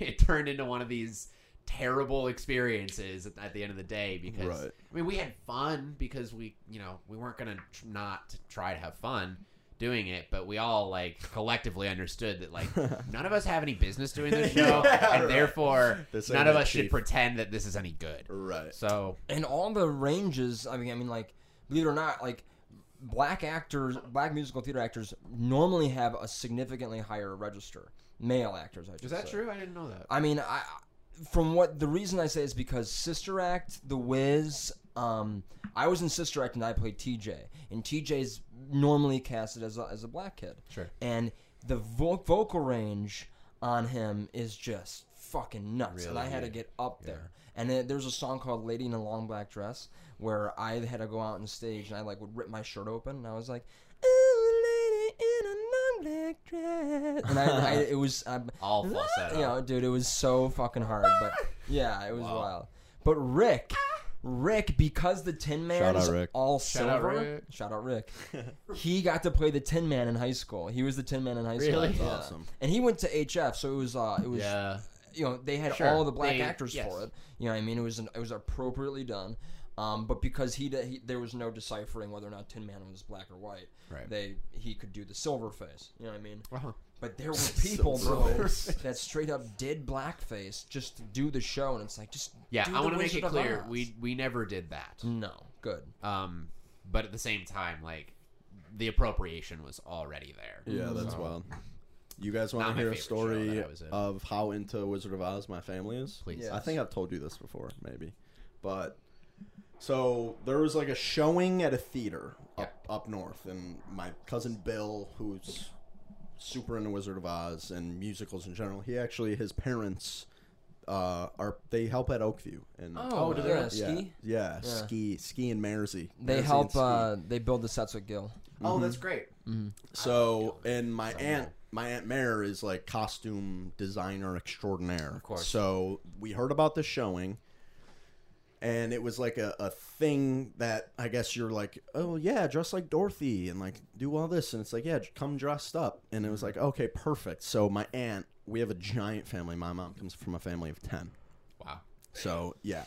it turned into one of these terrible experiences at, at the end of the day because Right. I mean we had fun because we you know we weren't gonna tr- not try to have fun doing it, but we all like collectively understood that like none of us have any business doing this show, Yeah, and right. therefore This ain't none of it, us should Chief. pretend that this is any good. Right. So and all the ranges. I mean, I mean, like believe it or not, like black actors, black musical theater actors normally have a significantly higher register. Male actors, I just is that said. true? I didn't know that. I mean, I from what the reason I say is because Sister Act, The Wiz. Um, I was in Sister Act and I played TJ, and TJ's normally casted as a, as a black kid. Sure. And the vo- vocal range on him is just fucking nuts, and I Really? had to get up there. And then there's a song called "Lady in a Long Black Dress" where I had to go out on stage and I like would rip my shirt open, and I was like. "Ooh, lady in a long black dress," And I, I, it was um, All falsetto. you know, dude, it was so fucking hard. But yeah, it was Wow. wild. But Rick, Rick, because the Tin Man Shout out is Rick. all Shout out silver. Rick. Shout out Rick. he got to play the Tin Man in high school. He was the Tin Man in high school. Really? Yeah. Awesome. And he went to HF, so it was uh, it was Yeah. you know they had Sure. all the black They- actors yes. for it. You know, what I mean, it was an, it was appropriately done. Um, but because he, d- he there was no deciphering whether or not Tin Man was black or white. Right. They he could do the silver face. You know what I mean? Uh-huh. But there were people, bro, Silverface. that straight up did blackface just to do the show, and it's like just Yeah, do I the want to make Wizard it of clear Oz. we we never did that. no good. Um, but at the same time, like the appropriation was already there. Yeah, that's Mm-hmm. So- wild. You guys Not want my to hear a favorite show that story I was in. of how into Wizard of Oz my family is? Please. Yeah. I think I've told you this before, maybe. But so there was like a showing at a theater up, up north, and my cousin Bill, who's super into Wizard of Oz and musicals in general, he actually his parents uh, are they help at Oakview and Oh, do they? yeah, Yeah, ski? yeah, Yeah. ski ski and Mersey. They Mersey and help. Ski. Uh, they build the sets with Gil. Oh, that's great. So, and my aunt, my aunt Mare is like costume designer extraordinaire. Of course. So we heard about the showing, and it was like a, a thing that I guess you're like, oh yeah, dress like Dorothy and like do all this, and it's like yeah, j- come dressed up, and it was like okay, perfect. So my aunt, we have a giant family. My mom comes from a family of ten. Wow. So yeah.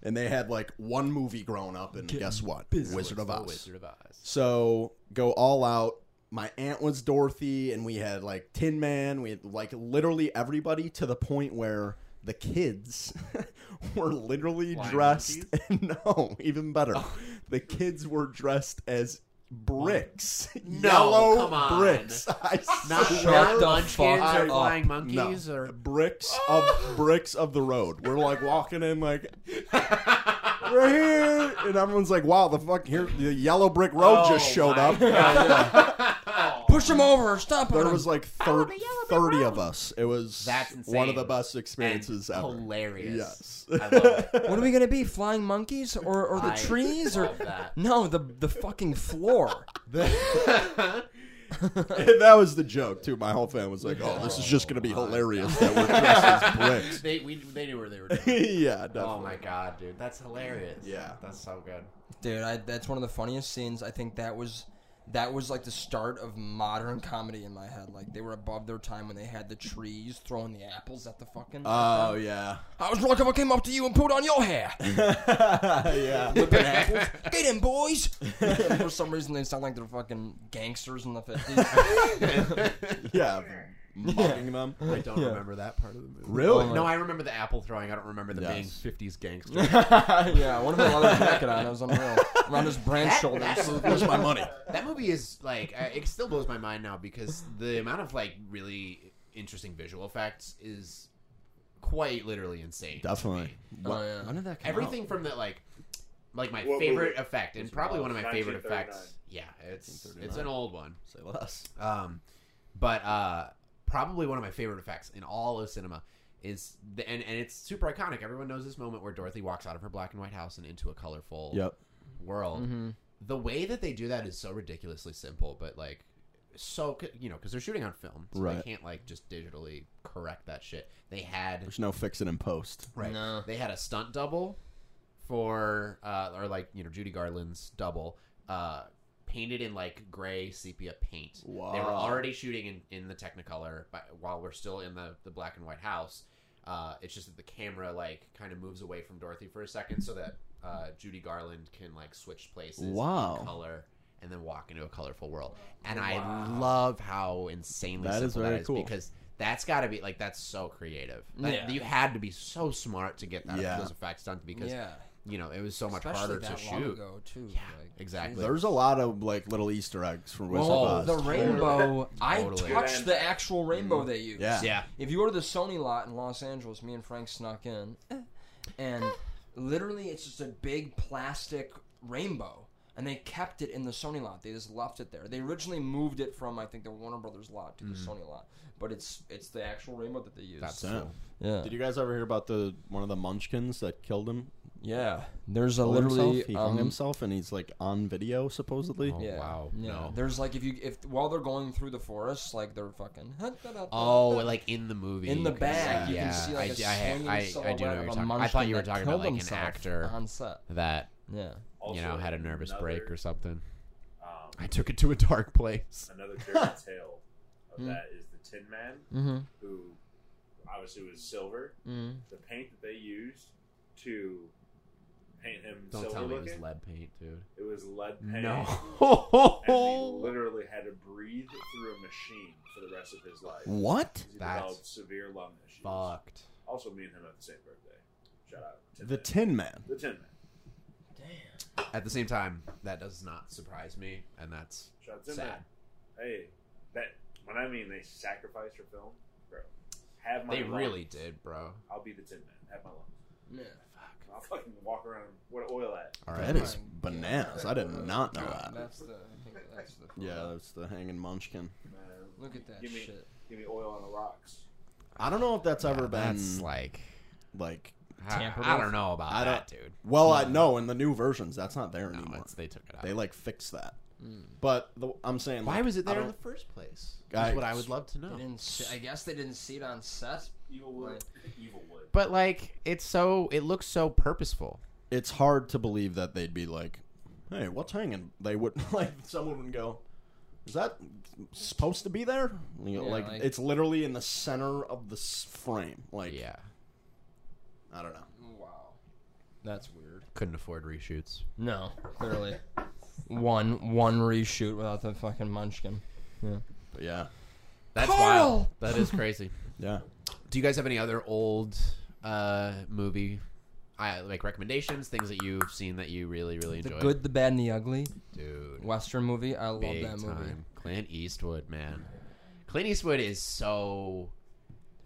And they had like one movie growing up, and guess what? Wizard of The Oz. Wizard of Oz. So go all out. My aunt was Dorothy, and we had like Tin Man. We had like literally everybody to the point where the kids were literally Flying Oh. dressed. no, even better. The kids were dressed as bricks, No, yellow come on. bricks. I Not swear. Shut the munchkins fuck or up. flying No. monkeys or bricks of bricks of the road. We're like walking in, like we're here, and everyone's like, "Wow, the fuck here! The yellow brick road Oh just showed my up." Push him over. Stop There him. was like Oh, thir- 30 of us. It was That's one of insane. the best experiences And ever. hilarious. Yes. I love it. what are we gonna be? Flying monkeys or or the I trees or love that. no the the fucking floor. And that was the joke, too. My whole fan was like, oh, this is just going to be hilarious that we're dressed as they we, they knew where they were. Going. bricks. yeah, definitely. oh my god, dude, that's hilarious. Yeah. that's so good. Dude, I, that's one of the funniest scenes. I think that was that was like the start of modern comedy in my head. Like they were above their time when they had the trees throwing the apples at the fucking. Oh, yeah. I was drunk if I came up to you and put on your hair. yeah. Flipping apples. Get in, boys. And for some reason, they sound like they're fucking gangsters in the fifties. Yeah. Mocking them. I don't remember that part of the movie. Really? No, I remember the apple throwing. I don't remember the being Yes. fifties gangster. yeah, one of them had a jacket on. It was unreal. Around his brand That- shoulders. that movie- Where's my money? That movie is like uh, it still blows my mind now because the amount of like really interesting visual effects is quite literally insane. Definitely. Oh, yeah. When did that come Everything from the like like my What favorite movie? effect and probably one of my favorite effects. 1939. Yeah, it's it's 1939. an old one. out? Say less. Um, but uh, probably one of my favorite effects in all of cinema is the, and and it's super iconic. Everyone knows this moment where Dorothy walks out of her black and white house and into a colorful Yep. world. Mm-hmm. The way that they do that is so ridiculously simple, but like so c- you know because they're shooting on film, so Right. they can't like just digitally correct that shit. They had There's no fixing in post. right, No. they had a stunt double for uh, or like you know Judy Garland's double. Uh, Painted in like gray sepia paint. They were Wow. already shooting in, in the Technicolor, but while we're still in the, the black and white house, Uh, it's just that the camera like kind of moves away from Dorothy for a second, so that uh, Judy Garland can like switch places, in Wow. color, and then walk into a colorful world. And I love how insanely That is simple very that is cool. because that's got to be like that's so creative. That- Yeah. you had to be so smart to get that Yeah. those effects done because yeah, you know it was so much Especially harder that to long shoot. ago too. Yeah, like, exactly. Jesus. There's a lot of like little Easter eggs for Wizard Well, of Oz. Oh, the Totally. rainbow. I Totally. touched the actual rainbow they used. Yeah. Yeah, If you go to the Sony lot in Los Angeles, me and Frank snuck in, and literally it's just a big plastic rainbow, and they kept it in the Sony lot. They just left it there. They originally moved it from I think the Warner Brothers lot to the Mm-hmm. Sony lot, but it's it's the actual rainbow that they used. that's Damn. cool. yeah, Did you guys ever hear about the one of the Munchkins that killed him? yeah. There's a Killed literally himself? he hung um, himself, and he's like on video supposedly. Oh, Yeah. wow. Yeah. No. There's like if you if while they're going through the forest, like they're fucking. Oh, like in the movie, in the you can bag, see- you yeah. can see like a I, I, had- swinging I, I silhouette do know what of you're a talking about. I munchkin thought you were that talking killed about like an himself actor on set. that Yeah. you know had a nervous break or something. something. I took it to a dark place. um, another dirty tale of Hmm. Mm. that is the Tin Man, Mm-hmm. who obviously was silver. Mm-hmm. The paint that they used to paint him Don't silver tell me it looking, was lead paint, dude. it was lead paint. And he No. literally had to breathe through a machine for the rest of his life. What? 'Cause He That's developed severe lung issues. Fucked. Also, me and him have the same birthday. Shout out. Tin The Man. Tin Man. the Tin Man. At the same time, that does not surprise me, and that's Shout out to Tin Man. sad. Hey, that when I mean they sacrifice for film, bro. Have my They lungs. really did, bro. I'll be the Tin Man. Have my lungs. Yeah. I'll fucking walk around. What oil at? All That right. is bananas. I did not know that. That's the. I think that's the. Yeah, that's the hanging Munchkin. Man, Look at that give me, shit. Give me oil on the rocks. I don't know if that's ever That's been like like. I, Tampered I with? don't know about I that, dude. Well, I know in the new versions that's not there No, anymore. it's, they took it out. They like fixed that. But the, I'm saying, Hmm. Why like, was it I there in the don't- first place? I- That's what I would love Oh. to know. They didn't. See, I guess they didn't see it on set. Evil wood. Evil wood. But like, it's so it looks so purposeful. it's hard to believe that they'd be like, "Hey, what's hanging?" They would like someone would go, "Is that supposed to be there?" You know, Yeah, like, like- it's literally in the center of the s- frame. Like, yeah, I don't know. Wow. That's weird. couldn't afford reshoots. No, clearly. one one reshoot without the fucking munchkin. But yeah, That's Carl! wild. That is crazy. yeah. Do you guys have any other old uh movie? I like recommendations, things that you've seen that you really, really The enjoyed. Good, the Bad, and the Ugly dude. Western movie. I love Big that movie. time. Clint Eastwood, man. Clint Eastwood is so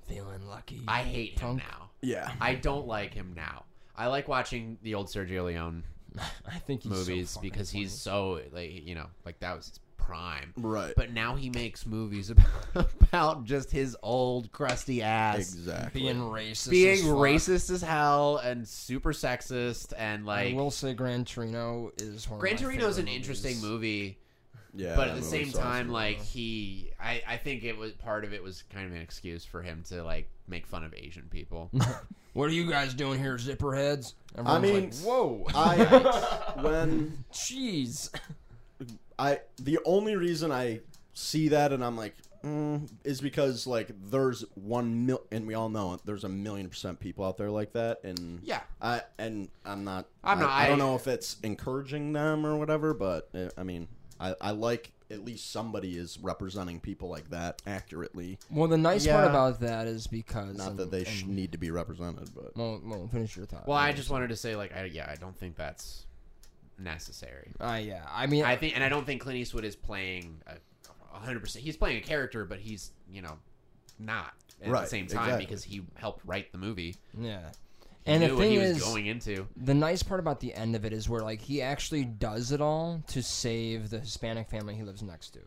Feeling lucky. I hate him Punk. now. Yeah. I don't like him now. I like watching the old Sergio Leone I think he's so movies fucking because he's so like you know like that was his prime Right. but now he makes movies about, about just his old crusty ass exactly. being racist. being as fuck. racist as hell and super sexist and I like will say Gran Torino is Oh, one. Gran of my Torino's an favorite interesting movies. movie yeah. but that at the movie's same awesome. time like he I, I think it was part of it was kind of an excuse for him to like make fun of Asian people What are you guys doing here, zipperheads? I mean, Everyone's like, whoa. I when jeez. I the only reason I see that and I'm like mm, is because like there's one mil and we all know it. There's a million percent people out there like that, and Yeah. I and I'm not. I'm I- not- I, don't I- know if it's encouraging them or whatever, but uh, I mean, I, I like at least somebody is representing people like that accurately. Well, the nice part Yeah. about that is because Not and- that they sh- and- need to be represented, but Well, well, finish your thought. well I just wanted to say like I, yeah I don't think that's necessary Uh, yeah, I mean, I think, and I don't think Clint Eastwood is playing a hundred percent. He's playing a character, but he's you know not at the Right, same time exactly. because he helped write the movie. yeah. He And knew the what thing he was is, going into. the nice part about the end of it is where like he actually does it all to save the Hispanic family he lives next to.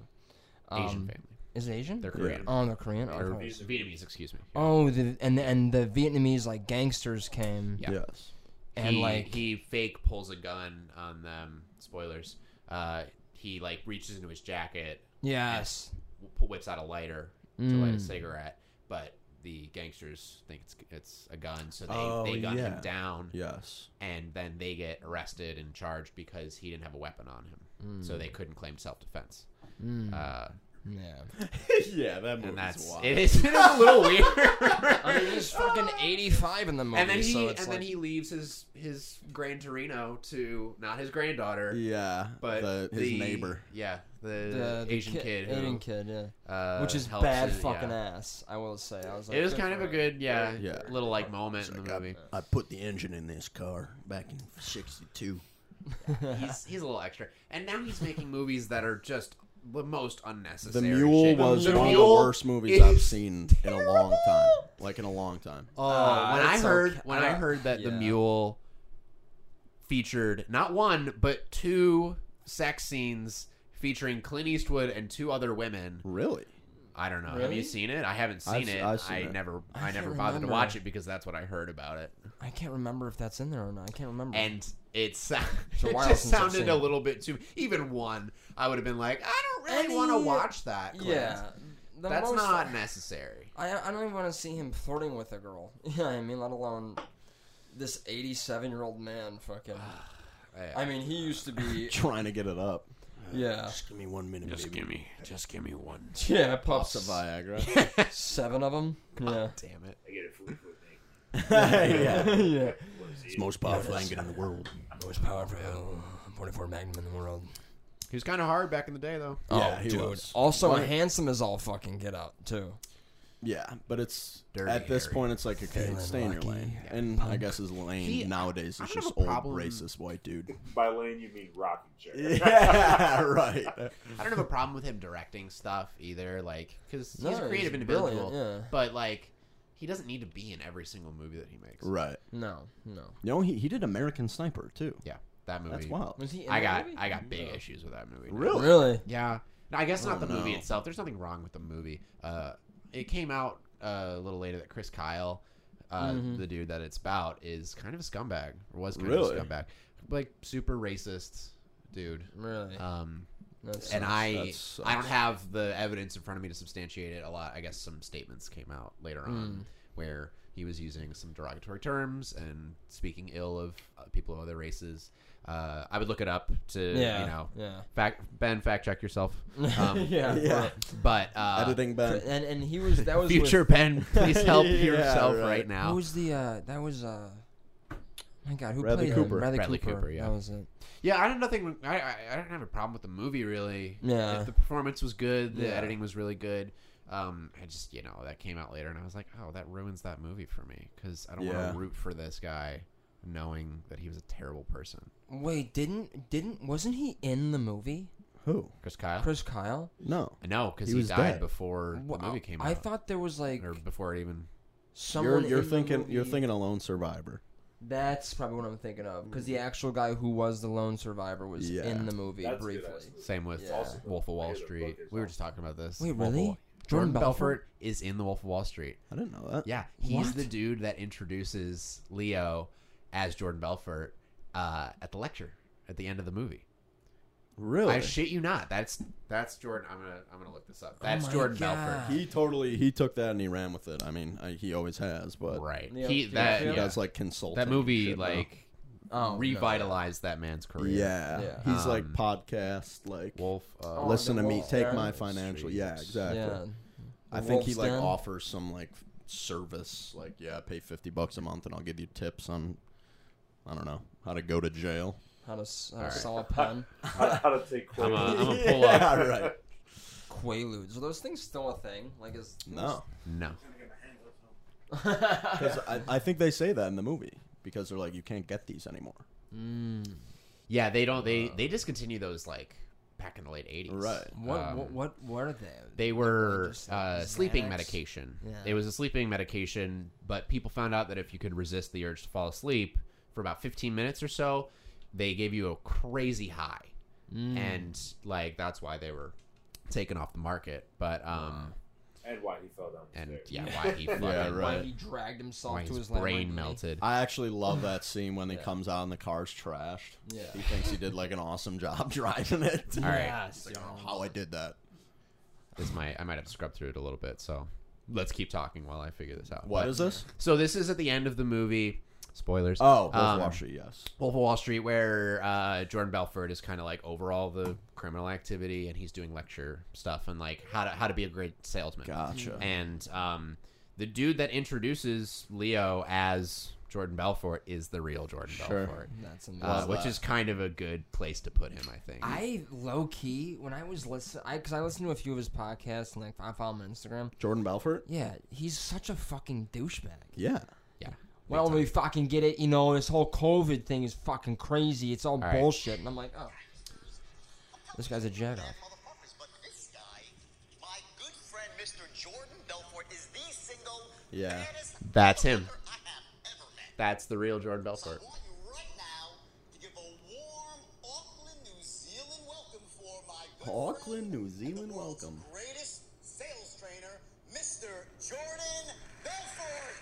Um, Asian family. Is it Asian? They're Korean. Oh, they're Korean. Oh, I Or thought it was- Vietnamese, excuse me. oh, the, and and the Vietnamese like gangsters came Yeah. yes, and he, like he fake pulls a gun on them. Spoilers. Uh, he like reaches into his jacket, yes, wh- whips out a lighter to light a Mm. cigarette, but the gangsters think it's it's a gun, so they Oh, they gun yeah. him down. yes, and then they get arrested Mm. Hmm. and charged because he didn't have a weapon on him, so they couldn't claim self defense. Uh, Yeah. yeah, that movie's and that's wild. it is, it is a little weird. I mean, he's fucking 85 in the movie, and then he so and it's then like, he leaves his his grand Torino to not his granddaughter, Yeah, but the, his the- neighbor. Yeah, the, the, the Asian kid, who, Asian kid, yeah. uh, Which is helps bad his- fucking yeah. ass, I will say. I was like, It was good kind of for a him. good, yeah, Yeah. little like moment in the movie. I put the engine in this car back in '62. He's he's a little extra, and now he's making movies that are just the most The unnecessary. Mule shit. was The one of the Mule worst movies I've is seen in a long time. Like in a long time. Oh, Uh, when I it's heard okay- when I uh, heard that the yeah. mule featured not one but two sex scenes featuring Clint Eastwood and two other women. Really? I don't know. Have Really? you seen it? I haven't seen I've s- it. I've seen I it. never I I, can't never bothered to remember. watch it because that's what I heard about it. I can't remember if that's in there or not. I can't remember. And it's Hmm. a it while just since I've sounded seen a it. little bit too even one I would have been like, I don't really want to Any- watch that. Clint. yeah, the That's most- not necessary. I, I don't even want to see him flirting with a girl. Yeah, I mean, let alone this 87 year old man. Fucking. I mean, he uh, used to be. Trying to get it up. Yeah. Just give me one minute, baby. me just give me one. Yeah, puffs It's a Viagra. Seven of them. Yeah. Damn it. I get it food for thing. yeah. yeah. It's the most powerful engine in the world. Most powerful 44 Magnum in the world. He was kind of hard back in the day, though. Yeah, oh, he dude. was. Also, But- handsome as all fucking get out too. Yeah, but it's Dirty at this Harry. point, it's like okay, Feeling stay in your lucky. lane. And I guess his lane He- nowadays I is don't have just a old problem- racist white dude. By lane, you mean rocking chair. yeah, right. I don't have a problem with him directing stuff either, like because No, he's a creative he's individual. brilliant, yeah. But like, he doesn't need to be in every single movie that he makes. Right. No, no. You know, he, he did American Sniper too. Yeah, that movie. That's wild. Was he? In I the got movie? I got big No. issues with that movie. dude. Really? Really? Yeah. No, I guess I not the don't movie know. itself. There's nothing wrong with the movie. Uh, it came out uh, a little later that Chris Kyle, uh, Mhm. the dude that it's about, is kind of a scumbag or was kind Really? of a scumbag, like super racist dude. Really? Um, That's and I That sucks. I don't have the evidence in front of me to substantiate it a lot. I guess some statements came out later Hmm. on where he was using some derogatory terms and speaking ill of uh, people of other races. Uh, I would look it up to yeah. you know Yeah. fact Ben fact check yourself. Um, yeah. Yeah. but uh, Editing Ben. And and he was that was future With, Ben, please help Yeah, yourself right. right, who now. was the uh that was uh my God who Bradley played Cooper. him? Bradley, Bradley Cooper. Cooper, yeah. That was it. Yeah, I don't nothing. I, I I don't have a problem with the movie really. Yeah. If the performance was good. The Yeah. editing was really good. Um, I just you know that came out later, and I was like, oh, that ruins that movie for me because I don't want Yeah. to root for this guy, knowing that he was a terrible person. Wait, didn't didn't wasn't he in the movie? Who? Chris Kyle. Chris Kyle? No. no, because He he, was died dead. before Wha- the movie came out, I thought there was like or before it even. someone. you're you're in the thinking you're movie- thinking a lone survivor. That's probably what I'm thinking of because the actual guy who was the lone survivor was Yeah. in the movie That's good, briefly. actually. Same with Yeah. Also, Wolf of I Wall hear the Street. book is We were awesome. just talking about this. Wait, Wolf of really? Wall- Jordan Jordan Belfort? Belfort is in the Wolf of Wall Street. I didn't know that. Yeah, he's What? the dude that introduces Leo as Jordan Belfort uh, at the lecture at the end of the movie. Really? I shit you not. That's that's Jordan. I'm gonna I'm gonna look this up. Oh That's my Jordan God. he totally he took that and he ran with it. I mean, I, he always has, but Belfort. Right. Yeah, he yeah, that he yeah. yeah. does like consulting. that and movie shit now. like Oh, no. revitalized that man's career. yeah. Yeah. he's like Um, podcast like Wolf. Uh, Oh, listen the to me, Wolf's take Den. my financial. Yeah, Streets. exactly. Yeah. I The think he Wolf's like Den? offers some like service, like yeah, pay fifty bucks a month and I'll give you tips on, I don't know how to go to jail. How to, s- how to All right. sell a pen? how, how to take I'm a, Uh, I'm quotes. a pull up. Yeah, right. Quaaludes. Are those things still a thing? Like is No, No. because I, I think they say that in the movie because they're like you can't get these anymore. Mm. Yeah, they don't. They they discontinue those like back in the late '80s. Right. What, Um, what what were they? They were just, like, uh, sleeping Xanax? medication. Yeah. It was a sleeping medication, but people found out that if you could resist the urge to fall asleep for about 15 minutes or so, they gave you a crazy high, Mm. and like that's why they were taken off the market. But um, and why he fell down the and stairs. yeah, why he fucking, Yeah, right. Why he dragged himself uh, why to his his brain Lamborghini. melted. I actually love that scene when he Yeah. comes out and the car's trashed. Yeah. He thinks he did like an awesome job driving it. All right. Yes, It's like, I don't know yo. how I did that. This might I might have to scrub through it a little bit. So let's keep talking while I figure this out. What But- is this? So this is at the end of the movie. Spoilers. Oh, Wolf Um, Wall Street, yes. Wolf of Wall Street, where uh, Jordan Belfort is kind of like over all the criminal activity, and he's doing lecture stuff and like how to how to be a great salesman. Gotcha. And um, the dude that introduces Leo as Jordan Belfort is the real Jordan Sure. Belfort, That's amazing. uh, Love which that. is kind of a good place to put him, I think. I low key when I was listen, I because I listened to a few of his podcasts and like I follow him on Instagram. Jordan Belfort? Yeah, he's such a fucking douchebag. Yeah. yeah. Well, we fucking get it. You know, this whole COVID thing is fucking crazy. It's all, right. bullshit. And I'm like, oh, this guy's a jackoff. motherfuckers, but this guy, my good friend Mr. Jordan Belfort, is the single Yeah. baddest That's him. motherfucker I have ever met. That's the real Jordan So I Belfort. want you right now to give a warm Auckland, New Zealand welcome for my good Auckland, friend New and the Zealand world's welcome. Greatest sales trainer, Mr. Jordan Belfort.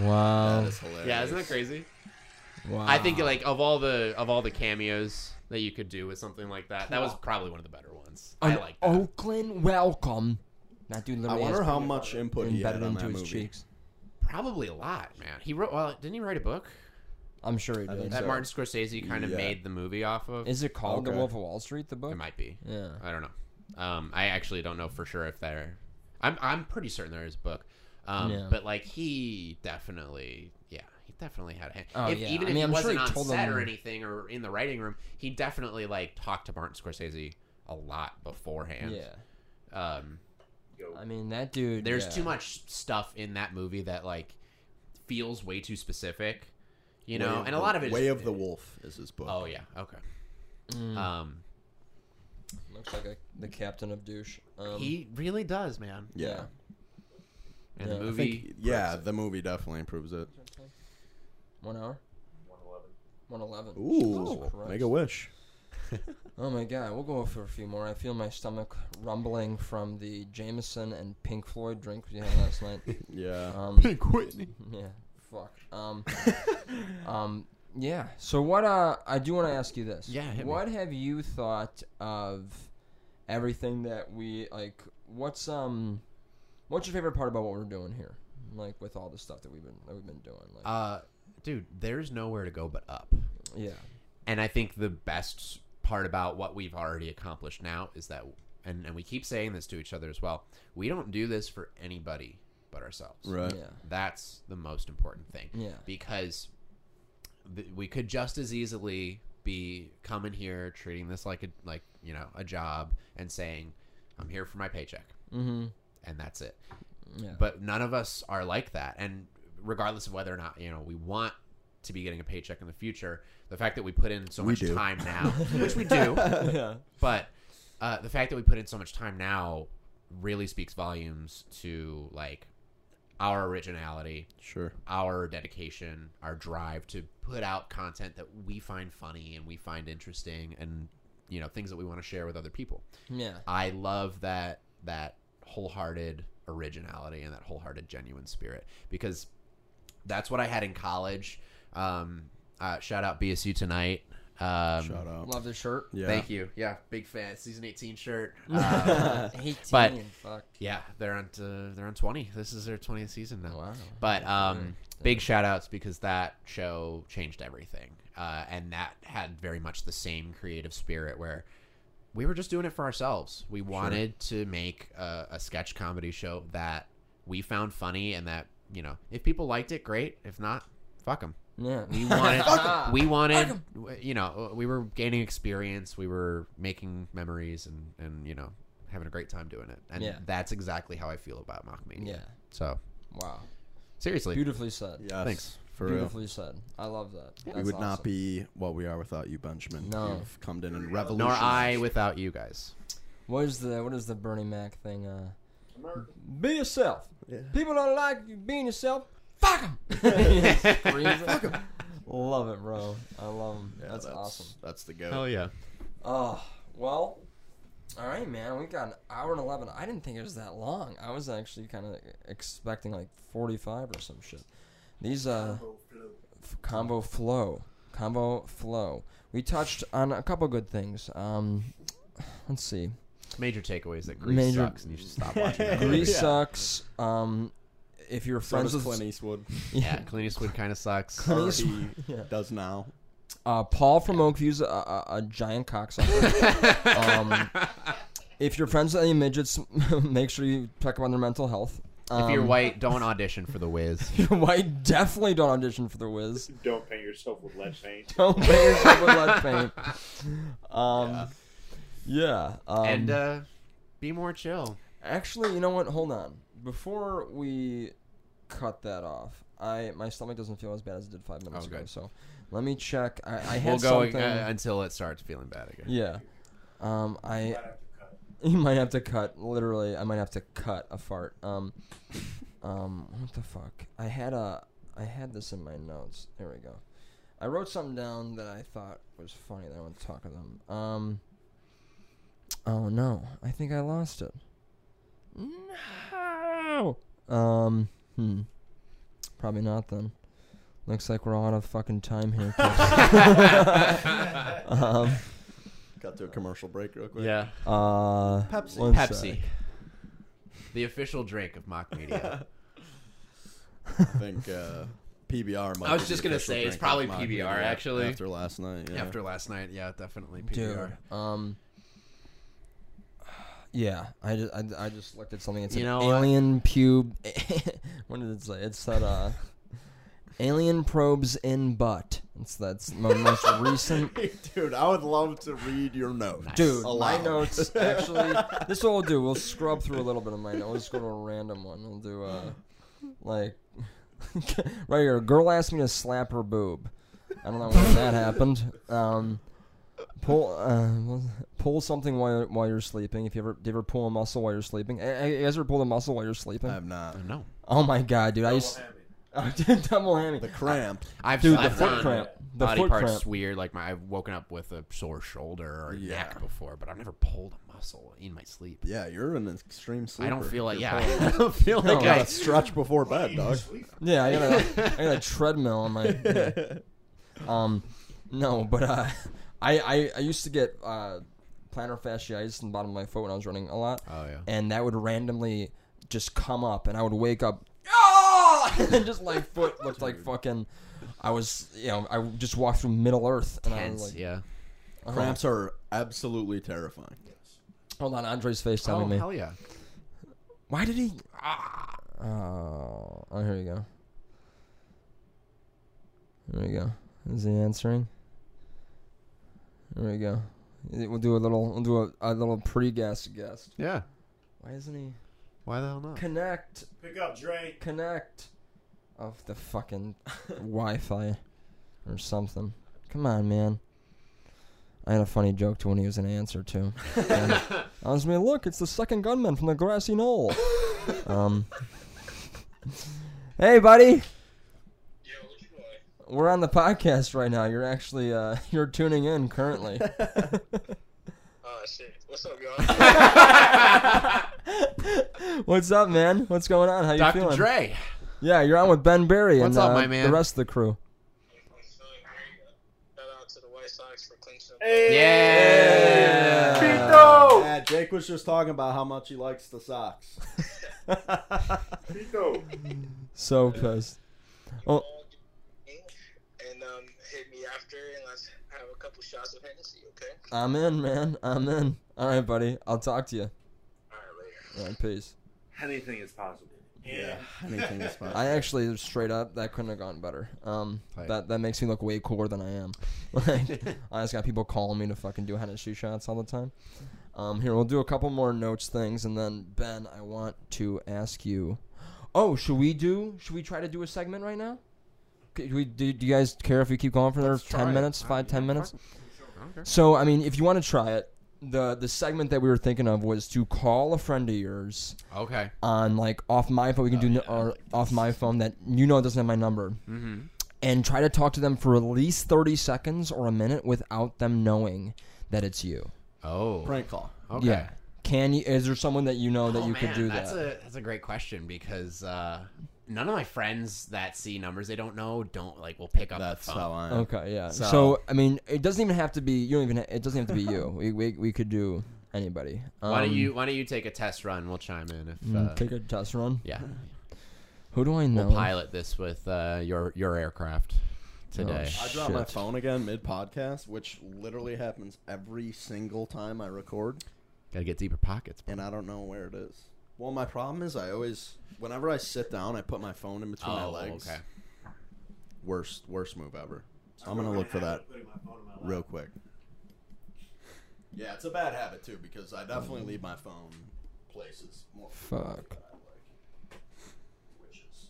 Wow. That is hilarious. Oh. Yeah, isn't that crazy? wow. Ah. I think like of all the of all the cameos that you could do with something like that, that was probably one of the better ones. I An like that. Oakland welcome. That dude I literally wonder has how much input he had embedded on into that his movie. cheeks. probably a lot, man. He wrote well, didn't he write a book? I'm sure he I did. think that so. Martin Scorsese kind of Yeah. made the movie off of. Is it called The Okay. Wolf of Wall Street? The book? it might be. Yeah. I don't know. Um, I actually don't know for sure if there. I'm I'm pretty certain there is a book. Um, Yeah. but like he definitely, yeah, he definitely had a hand. Oh, if, yeah. Even I if mean, he I'm sure wasn't he on told set or them- anything or in the writing room, he definitely like talked to Martin Scorsese a lot beforehand. Yeah. Um, Yo, I mean, that dude. there's yeah. too much stuff in that movie that like feels way too specific, you know. Way of and the- a lot of it is- Way of the Wolf is his book. Oh yeah. Okay. Um, Looks like a, the captain of douche. Um, he really does, man. yeah. And Yeah. the I I movie. think, yeah, the movie definitely improves it. One hour? 111. 111. Jesus Ooh, Christ. make a wish. Oh my god, we'll go for a few more. I feel my stomach rumbling from the Jameson and Pink Floyd drink we had last night. Yeah. Um, Whitney. yeah, fuck. Um, um, yeah. So what? Uh, I do want to ask you this. Yeah, hit me. What have you thought of everything that we like? What's um, what's your favorite part about what we're doing here? Like with all the stuff that we've been that we've been doing. Like, Uh, dude, there's nowhere to go but up. yeah. And I think the best part about what we've already accomplished now is that, and, and we keep saying this to each other as well, we don't do this for anybody but ourselves. Right. Yeah. That's the most important thing. Yeah. Because th- we could just as easily be coming here treating this like a like you know a job and saying I'm here for my paycheck Mm-hmm. and that's it. Yeah. But none of us are like that. And regardless of whether or not, you know, we want to be getting a paycheck in the future, the fact that we put in so We much do. time now, which we do, yeah. but uh, the fact that we put in so much time now really speaks volumes to like our originality, Sure. our dedication, our drive to put out content that we find funny and we find interesting and, you know, things that we want to share with other people. Yeah. I love that that wholehearted originality and that wholehearted genuine spirit because that's what I had in college. Um, uh, shout out BSU tonight. Um, Shout out. Love the shirt. Yeah. Thank you. Yeah, big fan. Season eighteen shirt. Um, But- 18. Uh, Fuck. yeah, they're on to, they're on twenty. This is their twentieth season now. Wow. But Alright. um, big shout outs because that show changed everything. Uh, and that had very much the same creative spirit where we were just doing it for ourselves. We wanted to make a, a sketch comedy show that we found funny and that, you know, if people liked it, great. If not, fuck them. Yeah. We wanted, we wanted, Fuck you know, uh, we were gaining experience. We were making memories and, and you know, having a great time doing it. And Yeah. that's exactly how I feel about mock media. Yeah. So Wow. seriously, Beautifully said. Yes. Thanks. For real. Beautifully said. I love that. we That's would awesome. not be what we are without you, Benjamin. No. You've come in and revolutionized. nor I without you guys. What is the what is the Bernie Mac thing? Uh, America. be yourself. Yeah. People don't like you being yourself. Fuck them. Fuck them. Love it, bro. I love him. Yeah, that's, awesome. That's the go. yeah. Oh well. All right, man. We got an hour and eleven. I didn't think it was that long. I was actually kind of expecting like forty-five or some shit. These uh. Oh, float. F- combo flow combo flow we touched on a couple good things um let's see Major takeaways that Greece Major- sucks and you should stop watching that. grease Yeah. sucks um if you're So friends does with Clint Eastwood. Yeah, Clint Eastwood kind of sucks. Or he Yeah. does now. Uh, Paul from Oakview's a, a, a giant cocksucker. um, if you're friends with any midgets, make sure you check up on their mental health. Um, if you're white, don't audition for The Wiz. if you're white, definitely don't audition for The Wiz. Don't paint yourself with lead paint. Don't paint yourself with lead paint. Um, yeah. um, and uh, be more chill. actually, you know what? Hold on. Before we cut that off, I my stomach doesn't feel as bad as it did five minutes Oh, ago. good. So let me check. I, I had We'll go something. uh, until it starts feeling bad again. yeah. Um, I Might have to cut. You might have to cut. Literally, I might have to cut a fart. Um, um, what the fuck? I had a, I had this in my notes. There we go. I wrote something down that I thought was funny that I want to talk to them. Um. Oh no, I think I lost it. No. Um. Hmm. Probably not then. Looks like we're all out of fucking time here. kids. um. Got to a commercial break real quick. Yeah. Uh. Pepsi. one Pepsi. sec. The official drink of mock media. I think uh, PBR. Might I was be just the gonna official say, it's drink probably of Mock PBR, Media actually. After last night, yeah. After last night, yeah, definitely Dude, PBR. um, yeah, I just, I, I just looked at something. It's You an know what? alien pube. what did it say? It said, uh, alien probes in butt. It's that's my most recent. Dude, I would love to read your notes. Dude, my Aloud. notes actually. This is what we'll do. We'll scrub through a little bit of mine. I'll just go to a random one. We'll do uh, like right here. A girl asked me to slap her boob. I don't know when that happened. Um, pull uh, what- pull something while while you're sleeping. If you ever do you ever pull a muscle while you're sleeping? Eh, eh, You guys ever pull a muscle while you're sleeping? I have not. No, oh my god, dude! I used Oh, Double-handed. double hammy. The cramp. I've Dude, the I've foot done cramp. The body foot parts cramp. weird. Like my, I've woken up with a sore shoulder or Yeah. neck before, but I've never pulled a muscle in my sleep. Yeah, you're an extreme sleeper. I don't feel like You're yeah. probably- I don't feel like No. gotta I. stretch before bed, dog. Yeah, I got a, I got a treadmill on my. yeah. Um, no, but uh, I, I I used to get uh, plantar fasciitis in the bottom of my foot when I was running a lot, Oh yeah. and that would randomly just come up, and I would wake up. "Ah!" and just my foot looked like fucking. I was, you know, I just walked through Middle Earth, and I was Tense. like, yeah. oh, Cramps are absolutely terrifying. Hold on, Andre's face Oh telling me. hell yeah. Why did he? Ah. Oh, oh, here we go. There we go. Is he answering? There we go. Eh, We'll do a little. We'll do a, a little pre-guess guest. Yeah. Why isn't he Why the hell not? connect? Pick up Dre. Connect. Of the fucking Wi-Fi or something. Come on, man. I had a funny joke to when he was an answer to. And I was like, look, it's the second gunman from the grassy knoll. um. Hey, buddy. We're on the podcast right now. You're actually uh, you're tuning in currently. Oh shit! What's up, y'all? What's up, man? What's going on? How you Dr. feeling? Dre. Yeah, you're on with Ben Berry What's and up, uh, my man? the rest of the crew. Shout out to the White Sox for clinching. up. Yeah. Yeah, Uh, Jake was just talking about how much he likes the socks. Pico. So pissed. Oh. And um, hit me after, and let's have a couple shots of Hennessy, okay? I'm in, man. I'm in. All right, buddy. I'll talk to you. All right, later. All right, peace. Anything is possible. Yeah, anything is fine. I actually straight up that couldn't have gone better. Um, Tight. that that makes me look way cooler than I am. Like, I just got people calling me to fucking do Hennessy shots all the time. Um, here we'll do a couple more notes things, and then Ben, I want to ask you. Oh, should we do? Should we try to do a segment right now? Could we do, do you guys care if we keep going for another try ten it. minutes, Uh, five, ten yeah, minutes? fuck So I mean, if you want to try it, the the segment that we were thinking of was to call a friend of yours Okay. on like off my phone. We Oh, can do n or off my phone that you know doesn't have my number, Mm-hmm. and try to talk to them for at least thirty seconds or a minute without them knowing that it's you. Oh. Prank call. Okay. Yeah. Can you? Is there someone that you know that Oh, you could man, do that's that? A, that's a great question because uh, none of my friends that see numbers they don't know don't like will pick up That's the phone. how I am. okay. Yeah. So, So- I mean, it doesn't even have to be. You don't even. It doesn't have to be you. We we, we could do anybody. why Um, don't you Why don't you take a test run? We'll chime in if. mm, Uh, take a test run? yeah. Who do I know? We'll pilot this with uh, your your aircraft today. sh- I dropped my Shit. phone again mid podcast, which literally happens every single time I record, Gotta get deeper pockets. and I don't know where it is. Well, my problem is I always, whenever I sit down, I put my phone in between my Oh, legs. okay. Worst, worst move ever. So I'm gonna look for that Putting my phone in my lap. real quick. Yeah, it's a bad habit too because I definitely leave my phone places more. Fuck. than I like, Which is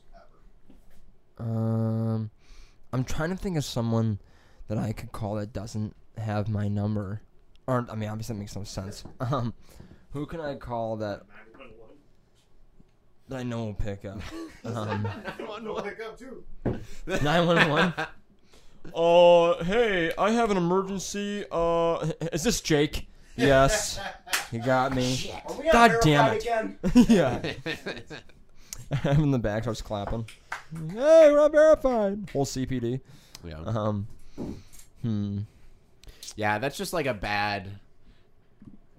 ever. Um, I'm trying to think of someone that I could call that doesn't have my number. Or I mean, obviously that makes no sense. Um, who can I call that that I know will pick up? Um, Don't pick up too. Nine one one. Uh, hey, I have an emergency. Uh, is this Jake? Yes, you got me. God damn it! yeah, I'm in the back. Starts clapping. Hey, we're not verified. Whole CPD. yeah. Um, hmm. Yeah, that's just like a bad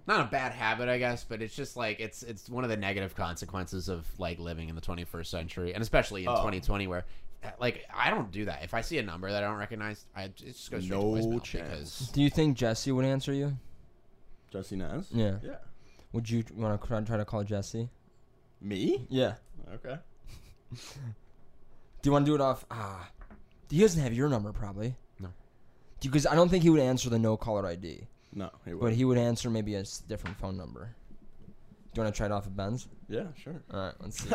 not a bad habit, I guess, but it's just like it's it's one of the negative consequences of like living in the 21st century and especially in Oh. 2020 where like I don't do that. If I see a number that I don't recognize, I it just goes straight No to voicemail chance. because Do you think Jesse would answer you? Jesse Naz. Yeah. Yeah. Would you want to try to call Jesse? Me? Yeah. Okay. Do you want to do it off? Ah, he doesn't have your number probably. No. Because I don't think he would answer the no caller ID, No, he but would. he would answer maybe a s- different phone number. Do you want to try it off of Ben's? Yeah, sure. All right, let's see.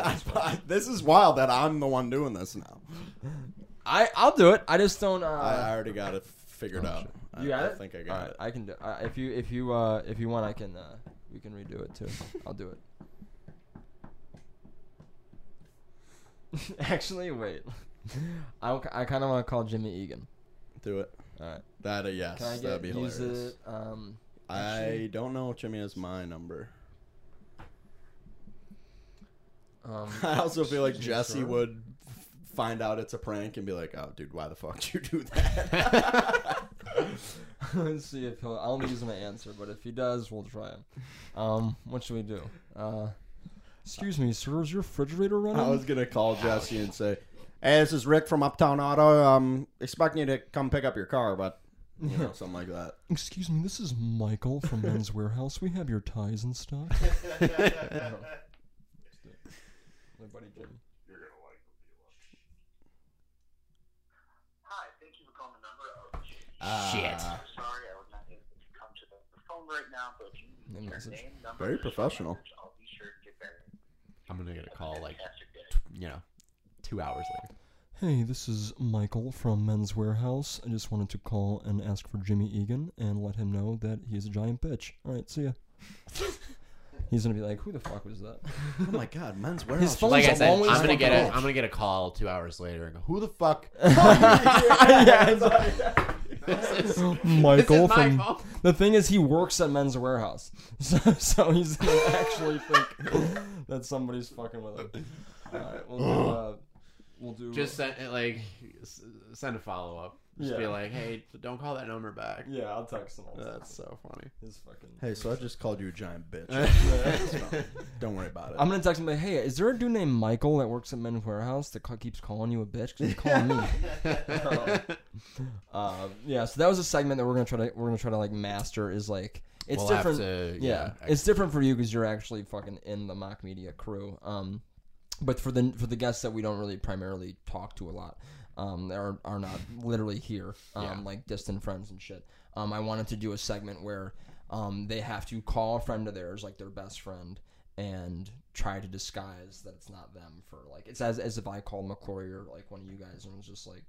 this is wild that I'm the one doing this now. I I'll do it. I just don't. Uh, I I already got it figured out. you got I, I it? think I all got right, it. I can do. I if you if you uh if you want, I can. uh We can redo it too. I'll do it. Actually, wait. I, I kind of want to call Jimmy Egan. Do it. All right. That uh, yes, Can I get that'd be use hilarious. it? Um, I actually? don't know if Jimmy has my number. um, I also feel like Sure. Jesse would f- find out it's a prank and be like, "Oh, dude, why the fuck did you do that?" Let's um, see if he'll. I don't think he's gonna answer, but if he does, we'll try him. Um, what should we do? Uh, excuse me, sir, is your refrigerator running? I was gonna call Jesse and say, "Hey, this is Rick from Uptown Auto. Um, expecting you to come pick up your car, but you know, something like that." excuse me, this is Michael from Men's Warehouse. We have your ties and stuff. My buddy Jimmy. You're gonna like what you love. Hi, thank you for calling the number of. shit. I'm sorry, I was not able to come to the phone right now, but if you Name need your message. name, number, Very and phone professional. message, I'll be sure to get back. to you. I'm going to get a call like, Have a fantastic day. you know, 2 hours later. Hey, this is Michael from Men's Warehouse. I just wanted to call and ask for Jimmy Egan and let him know that he's a giant bitch. All right, see ya. he's gonna be like, who the fuck was that? Oh my god, men's warehouse. phone- Like I It's said, always I'm going to get fucking a I'm going to get a call 2 hours later and go, "Who the fuck Yeah, it's like- this is?" Michael This is my from fault. the thing is he works at Men's Warehouse, so, so he's gonna actually think that somebody's fucking with him. All right, we'll do. Uh, we'll do Just send it like s- send a follow up. Just be Yeah. like, "Hey, don't call that number back." yeah, I'll text him. I'll That's so funny. his fucking. Hey, so I just called you a giant bitch. It's fine. Don't worry about it. I'm gonna text him like, hey, is there a dude named Michael that works at Men's Warehouse that ca- keeps calling you a bitch? 'Cause he's calling me. Uh, yeah, so that was a segment that we're gonna try to we're gonna try to like master. Is like it's We'll have different. to- yeah, yeah, it's different for you because you're actually fucking in the mock media crew. Um, but for the for the guests that we don't really primarily talk to a lot, um, that are are not literally here, um, Yeah. like distant friends and shit. Um, I wanted to do a segment where, um, they have to call a friend of theirs, like their best friend, and try to disguise that it's not them. For like, it's as as if I called McClory or like one of you guys and was just like.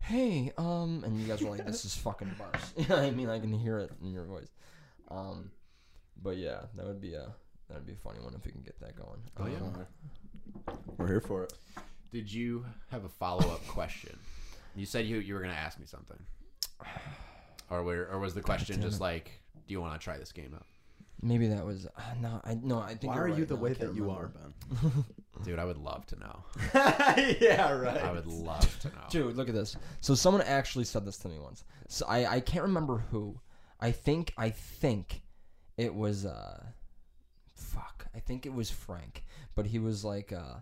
Hey, um, and you guys were like, "This is fucking bars." You know what I mean? I can hear it in your voice. Um, but yeah, that would be a that would be a funny one if we can get that going. Oh, yeah. Um, We're here for it. Did you have a follow up question? You said you you were going to ask me something, or were, or was the question just like, "Do you want to try this game out?" maybe that was uh, no, I no, I think. Why you're are you right. the No, I way can't that you remember. are, Ben? Dude, I would love to know. yeah, right. I would love to know. Dude, look at this. So someone actually said this to me once. So I, I can't remember who. I think I think it was uh fuck. I think it was Frank. But he was like uh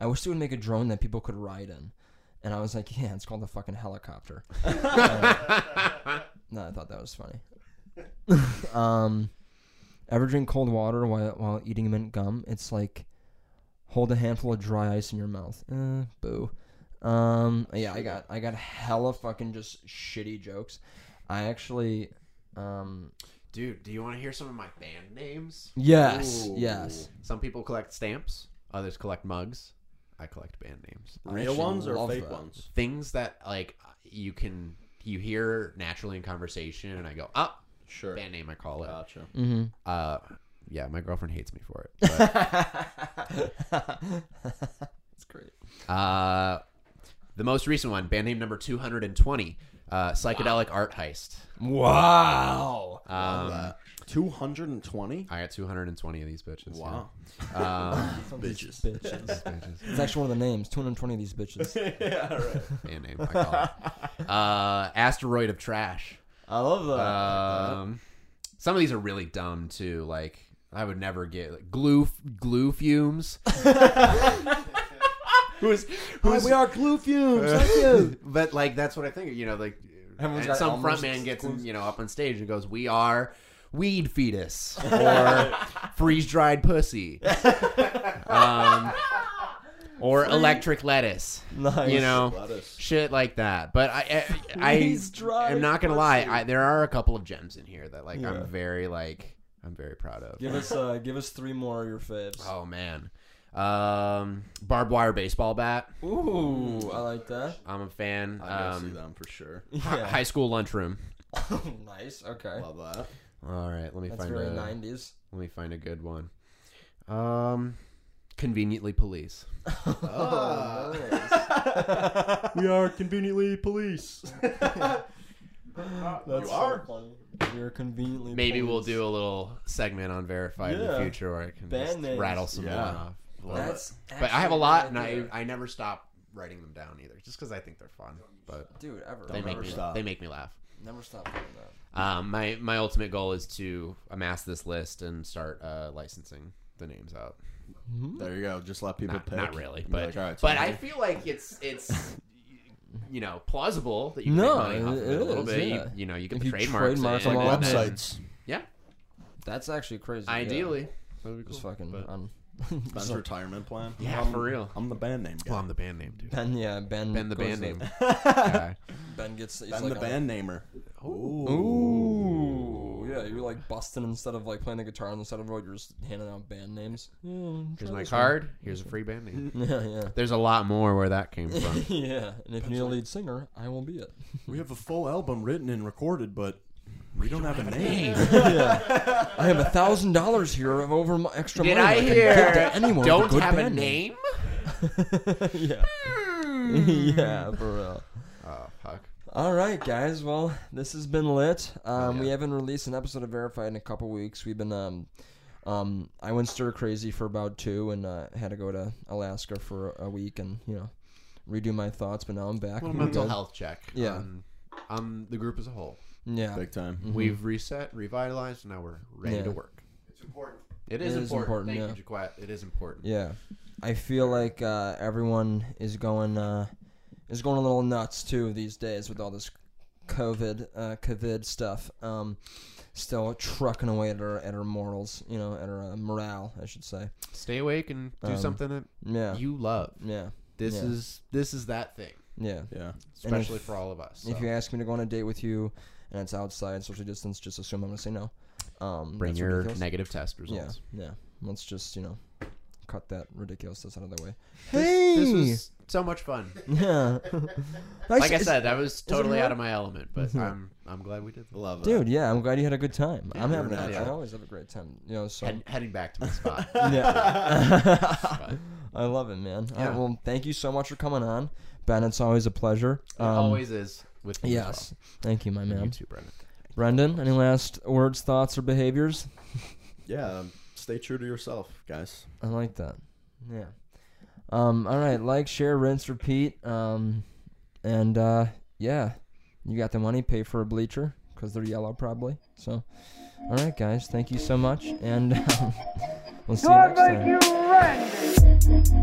I I wish they would make a drone that people could ride in. And I was like, yeah, it's called a fucking helicopter. No, I thought that was funny. um, ever drink cold water while while eating mint gum? It's like hold a handful of dry ice in your mouth. Eh, boo. Um, yeah, I got I got hella fucking just shitty jokes. I actually, um, Dude, do you want to hear some of my band names? yes, Ooh. yes. Some people collect stamps, others collect mugs. I collect band names. Real actually ones or love fake that. ones? Things that like you can you hear naturally in conversation and I go, "Up, Sure. band name I call it." Gotcha. Mm-hmm. Uh yeah, my girlfriend hates me for it. But, That's great. uh the most recent one, band name number 220, uh psychedelic art heist. Wow. Um, Two hundred and twenty. I got 220 of these bitches. yeah. Wow. Um, Bitches. Bitches. It's actually one of the names. Two hundred twenty of these bitches. yeah, right. band name I call it. Uh, asteroid of trash. I love that. Um, some of these are really dumb too. Like I would never get like, glue glue fumes. who's who's Oh, Uh, we are glue fumes. but like that's what I think. You know, like Everyone's and got some front Elmer's man gets glue- you know up on stage and goes, "We are." Weed fetus or freeze dried pussy, um, or electric lettuce. Nice. You know, Lettuce. shit like that. But I, I, Please I drive am not gonna lie. I, there are a couple of gems in here that like Yeah. I'm very like I'm very proud of. Give us uh, give us three more of your faves. Oh man, um, barbed wire baseball bat. Ooh, I like that. I'm a fan. I gotta see Um, them for sure. hi- High school lunchroom. nice. Okay. Love that. All right, let me That's find very a nineties. let me find a good one. Um, conveniently police. Ah. Oh, we are conveniently police. That's Uh, You are. You're conveniently. Maybe we'll pleased. do a little segment on verified in the Yeah. future where I can Band just names. rattle some Yeah. more off. That's. But I have a actually lot, good and I, idea. I never stop writing them down either, just because I think they're fun. But Dude, ever. they make never me stop. they make me laugh. Never stop doing that. Um, my my ultimate goal is to amass this list and start uh, licensing the names out. Mm-hmm. There you go. Just let people Not, pick. not really, Be but like, all right, so but we- I feel like it's it's you know plausible that you can No, make money off of it- it, a it little is, bit. yeah. You, you know, you get If the you trademarks trademark in, them like all, and then- websites. Yeah, That's actually crazy. yeah. ideally. Just fucking. but- on- Ben's retirement plan. Yeah, for real. I'm the band name guy. I'm the band name, dude. Ben, yeah, Ben. Ben the goes band to- name. guy. Ben gets. He's Ben like the on- band namer. Ooh, yeah, you're like busting instead of like playing the guitar on the side of the road. You're just handing out band names. Yeah, Here's my card. Here's a free band name. Yeah, yeah. There's a lot more where that came from. yeah, and if you need a lead singer, I will be it. We have a full album written and recorded, but we don't have a name. I have a thousand dollars here of over my extra Did money. I that can hear? give to anyone with a don't good have a band name. Hmm. yeah, yeah, for real. Oh fuck. All right, guys. Well, this has been lit. Um, We yeah. haven't released an episode of Verified in a couple weeks. We've been um, um, I went stir crazy for about two, and uh, had to go to Alaska for a week, and you know, redo my thoughts. But now I'm back. I'm mental good. health check. Yeah. On, on the group as a whole. Yeah, Mm-hmm. Big time. We've reset, revitalized, and now we're ready Yeah. to work. It's important. It is It is important. important, Thank you, Jaquette. It is important. yeah. I feel like uh, everyone is going uh, is going a little nuts too these days with all this COVID uh, COVID stuff. Um, still trucking away at our at our morals, you know, at our uh, morale, I should say. Stay awake and do Um, something that Yeah. you love. Yeah, This Yeah. is this is that thing, yeah. Yeah. especially if- for all of us. If so. you ask me to go on a date with you and it's outside, social distance, just assume I'm gonna say no. Um, Bring that's your ridiculous. negative test Yeah, results. yeah. Let's just you know cut that ridiculousness out of the way. This Hey, was so much fun. yeah. Like I said, I was totally hard? out of my element, but I'm I'm glad we did. This. Love that. Mm-hmm. dude. Yeah, I'm glad you had a good time. I'm having a good you're an time. I asshole. always have a great time. You know, so Head, heading back to my spot. yeah. But I love it, man. All right, Yeah. well, thank you so much for coming on, Ben. It's always a pleasure. it always is with me as Um, Yes, thank you, my well. You man. too, Brendan. Brendan, any last words, thoughts, or behaviors? Yeah. um, Stay true to yourself, guys. I like that. Yeah. Um, all right, like, share, rinse, repeat. Um, and uh, yeah, you got the money, pay for a bleacher because they're yellow probably. So, all right, guys, thank you so much, and um, we'll see you next time. Randy.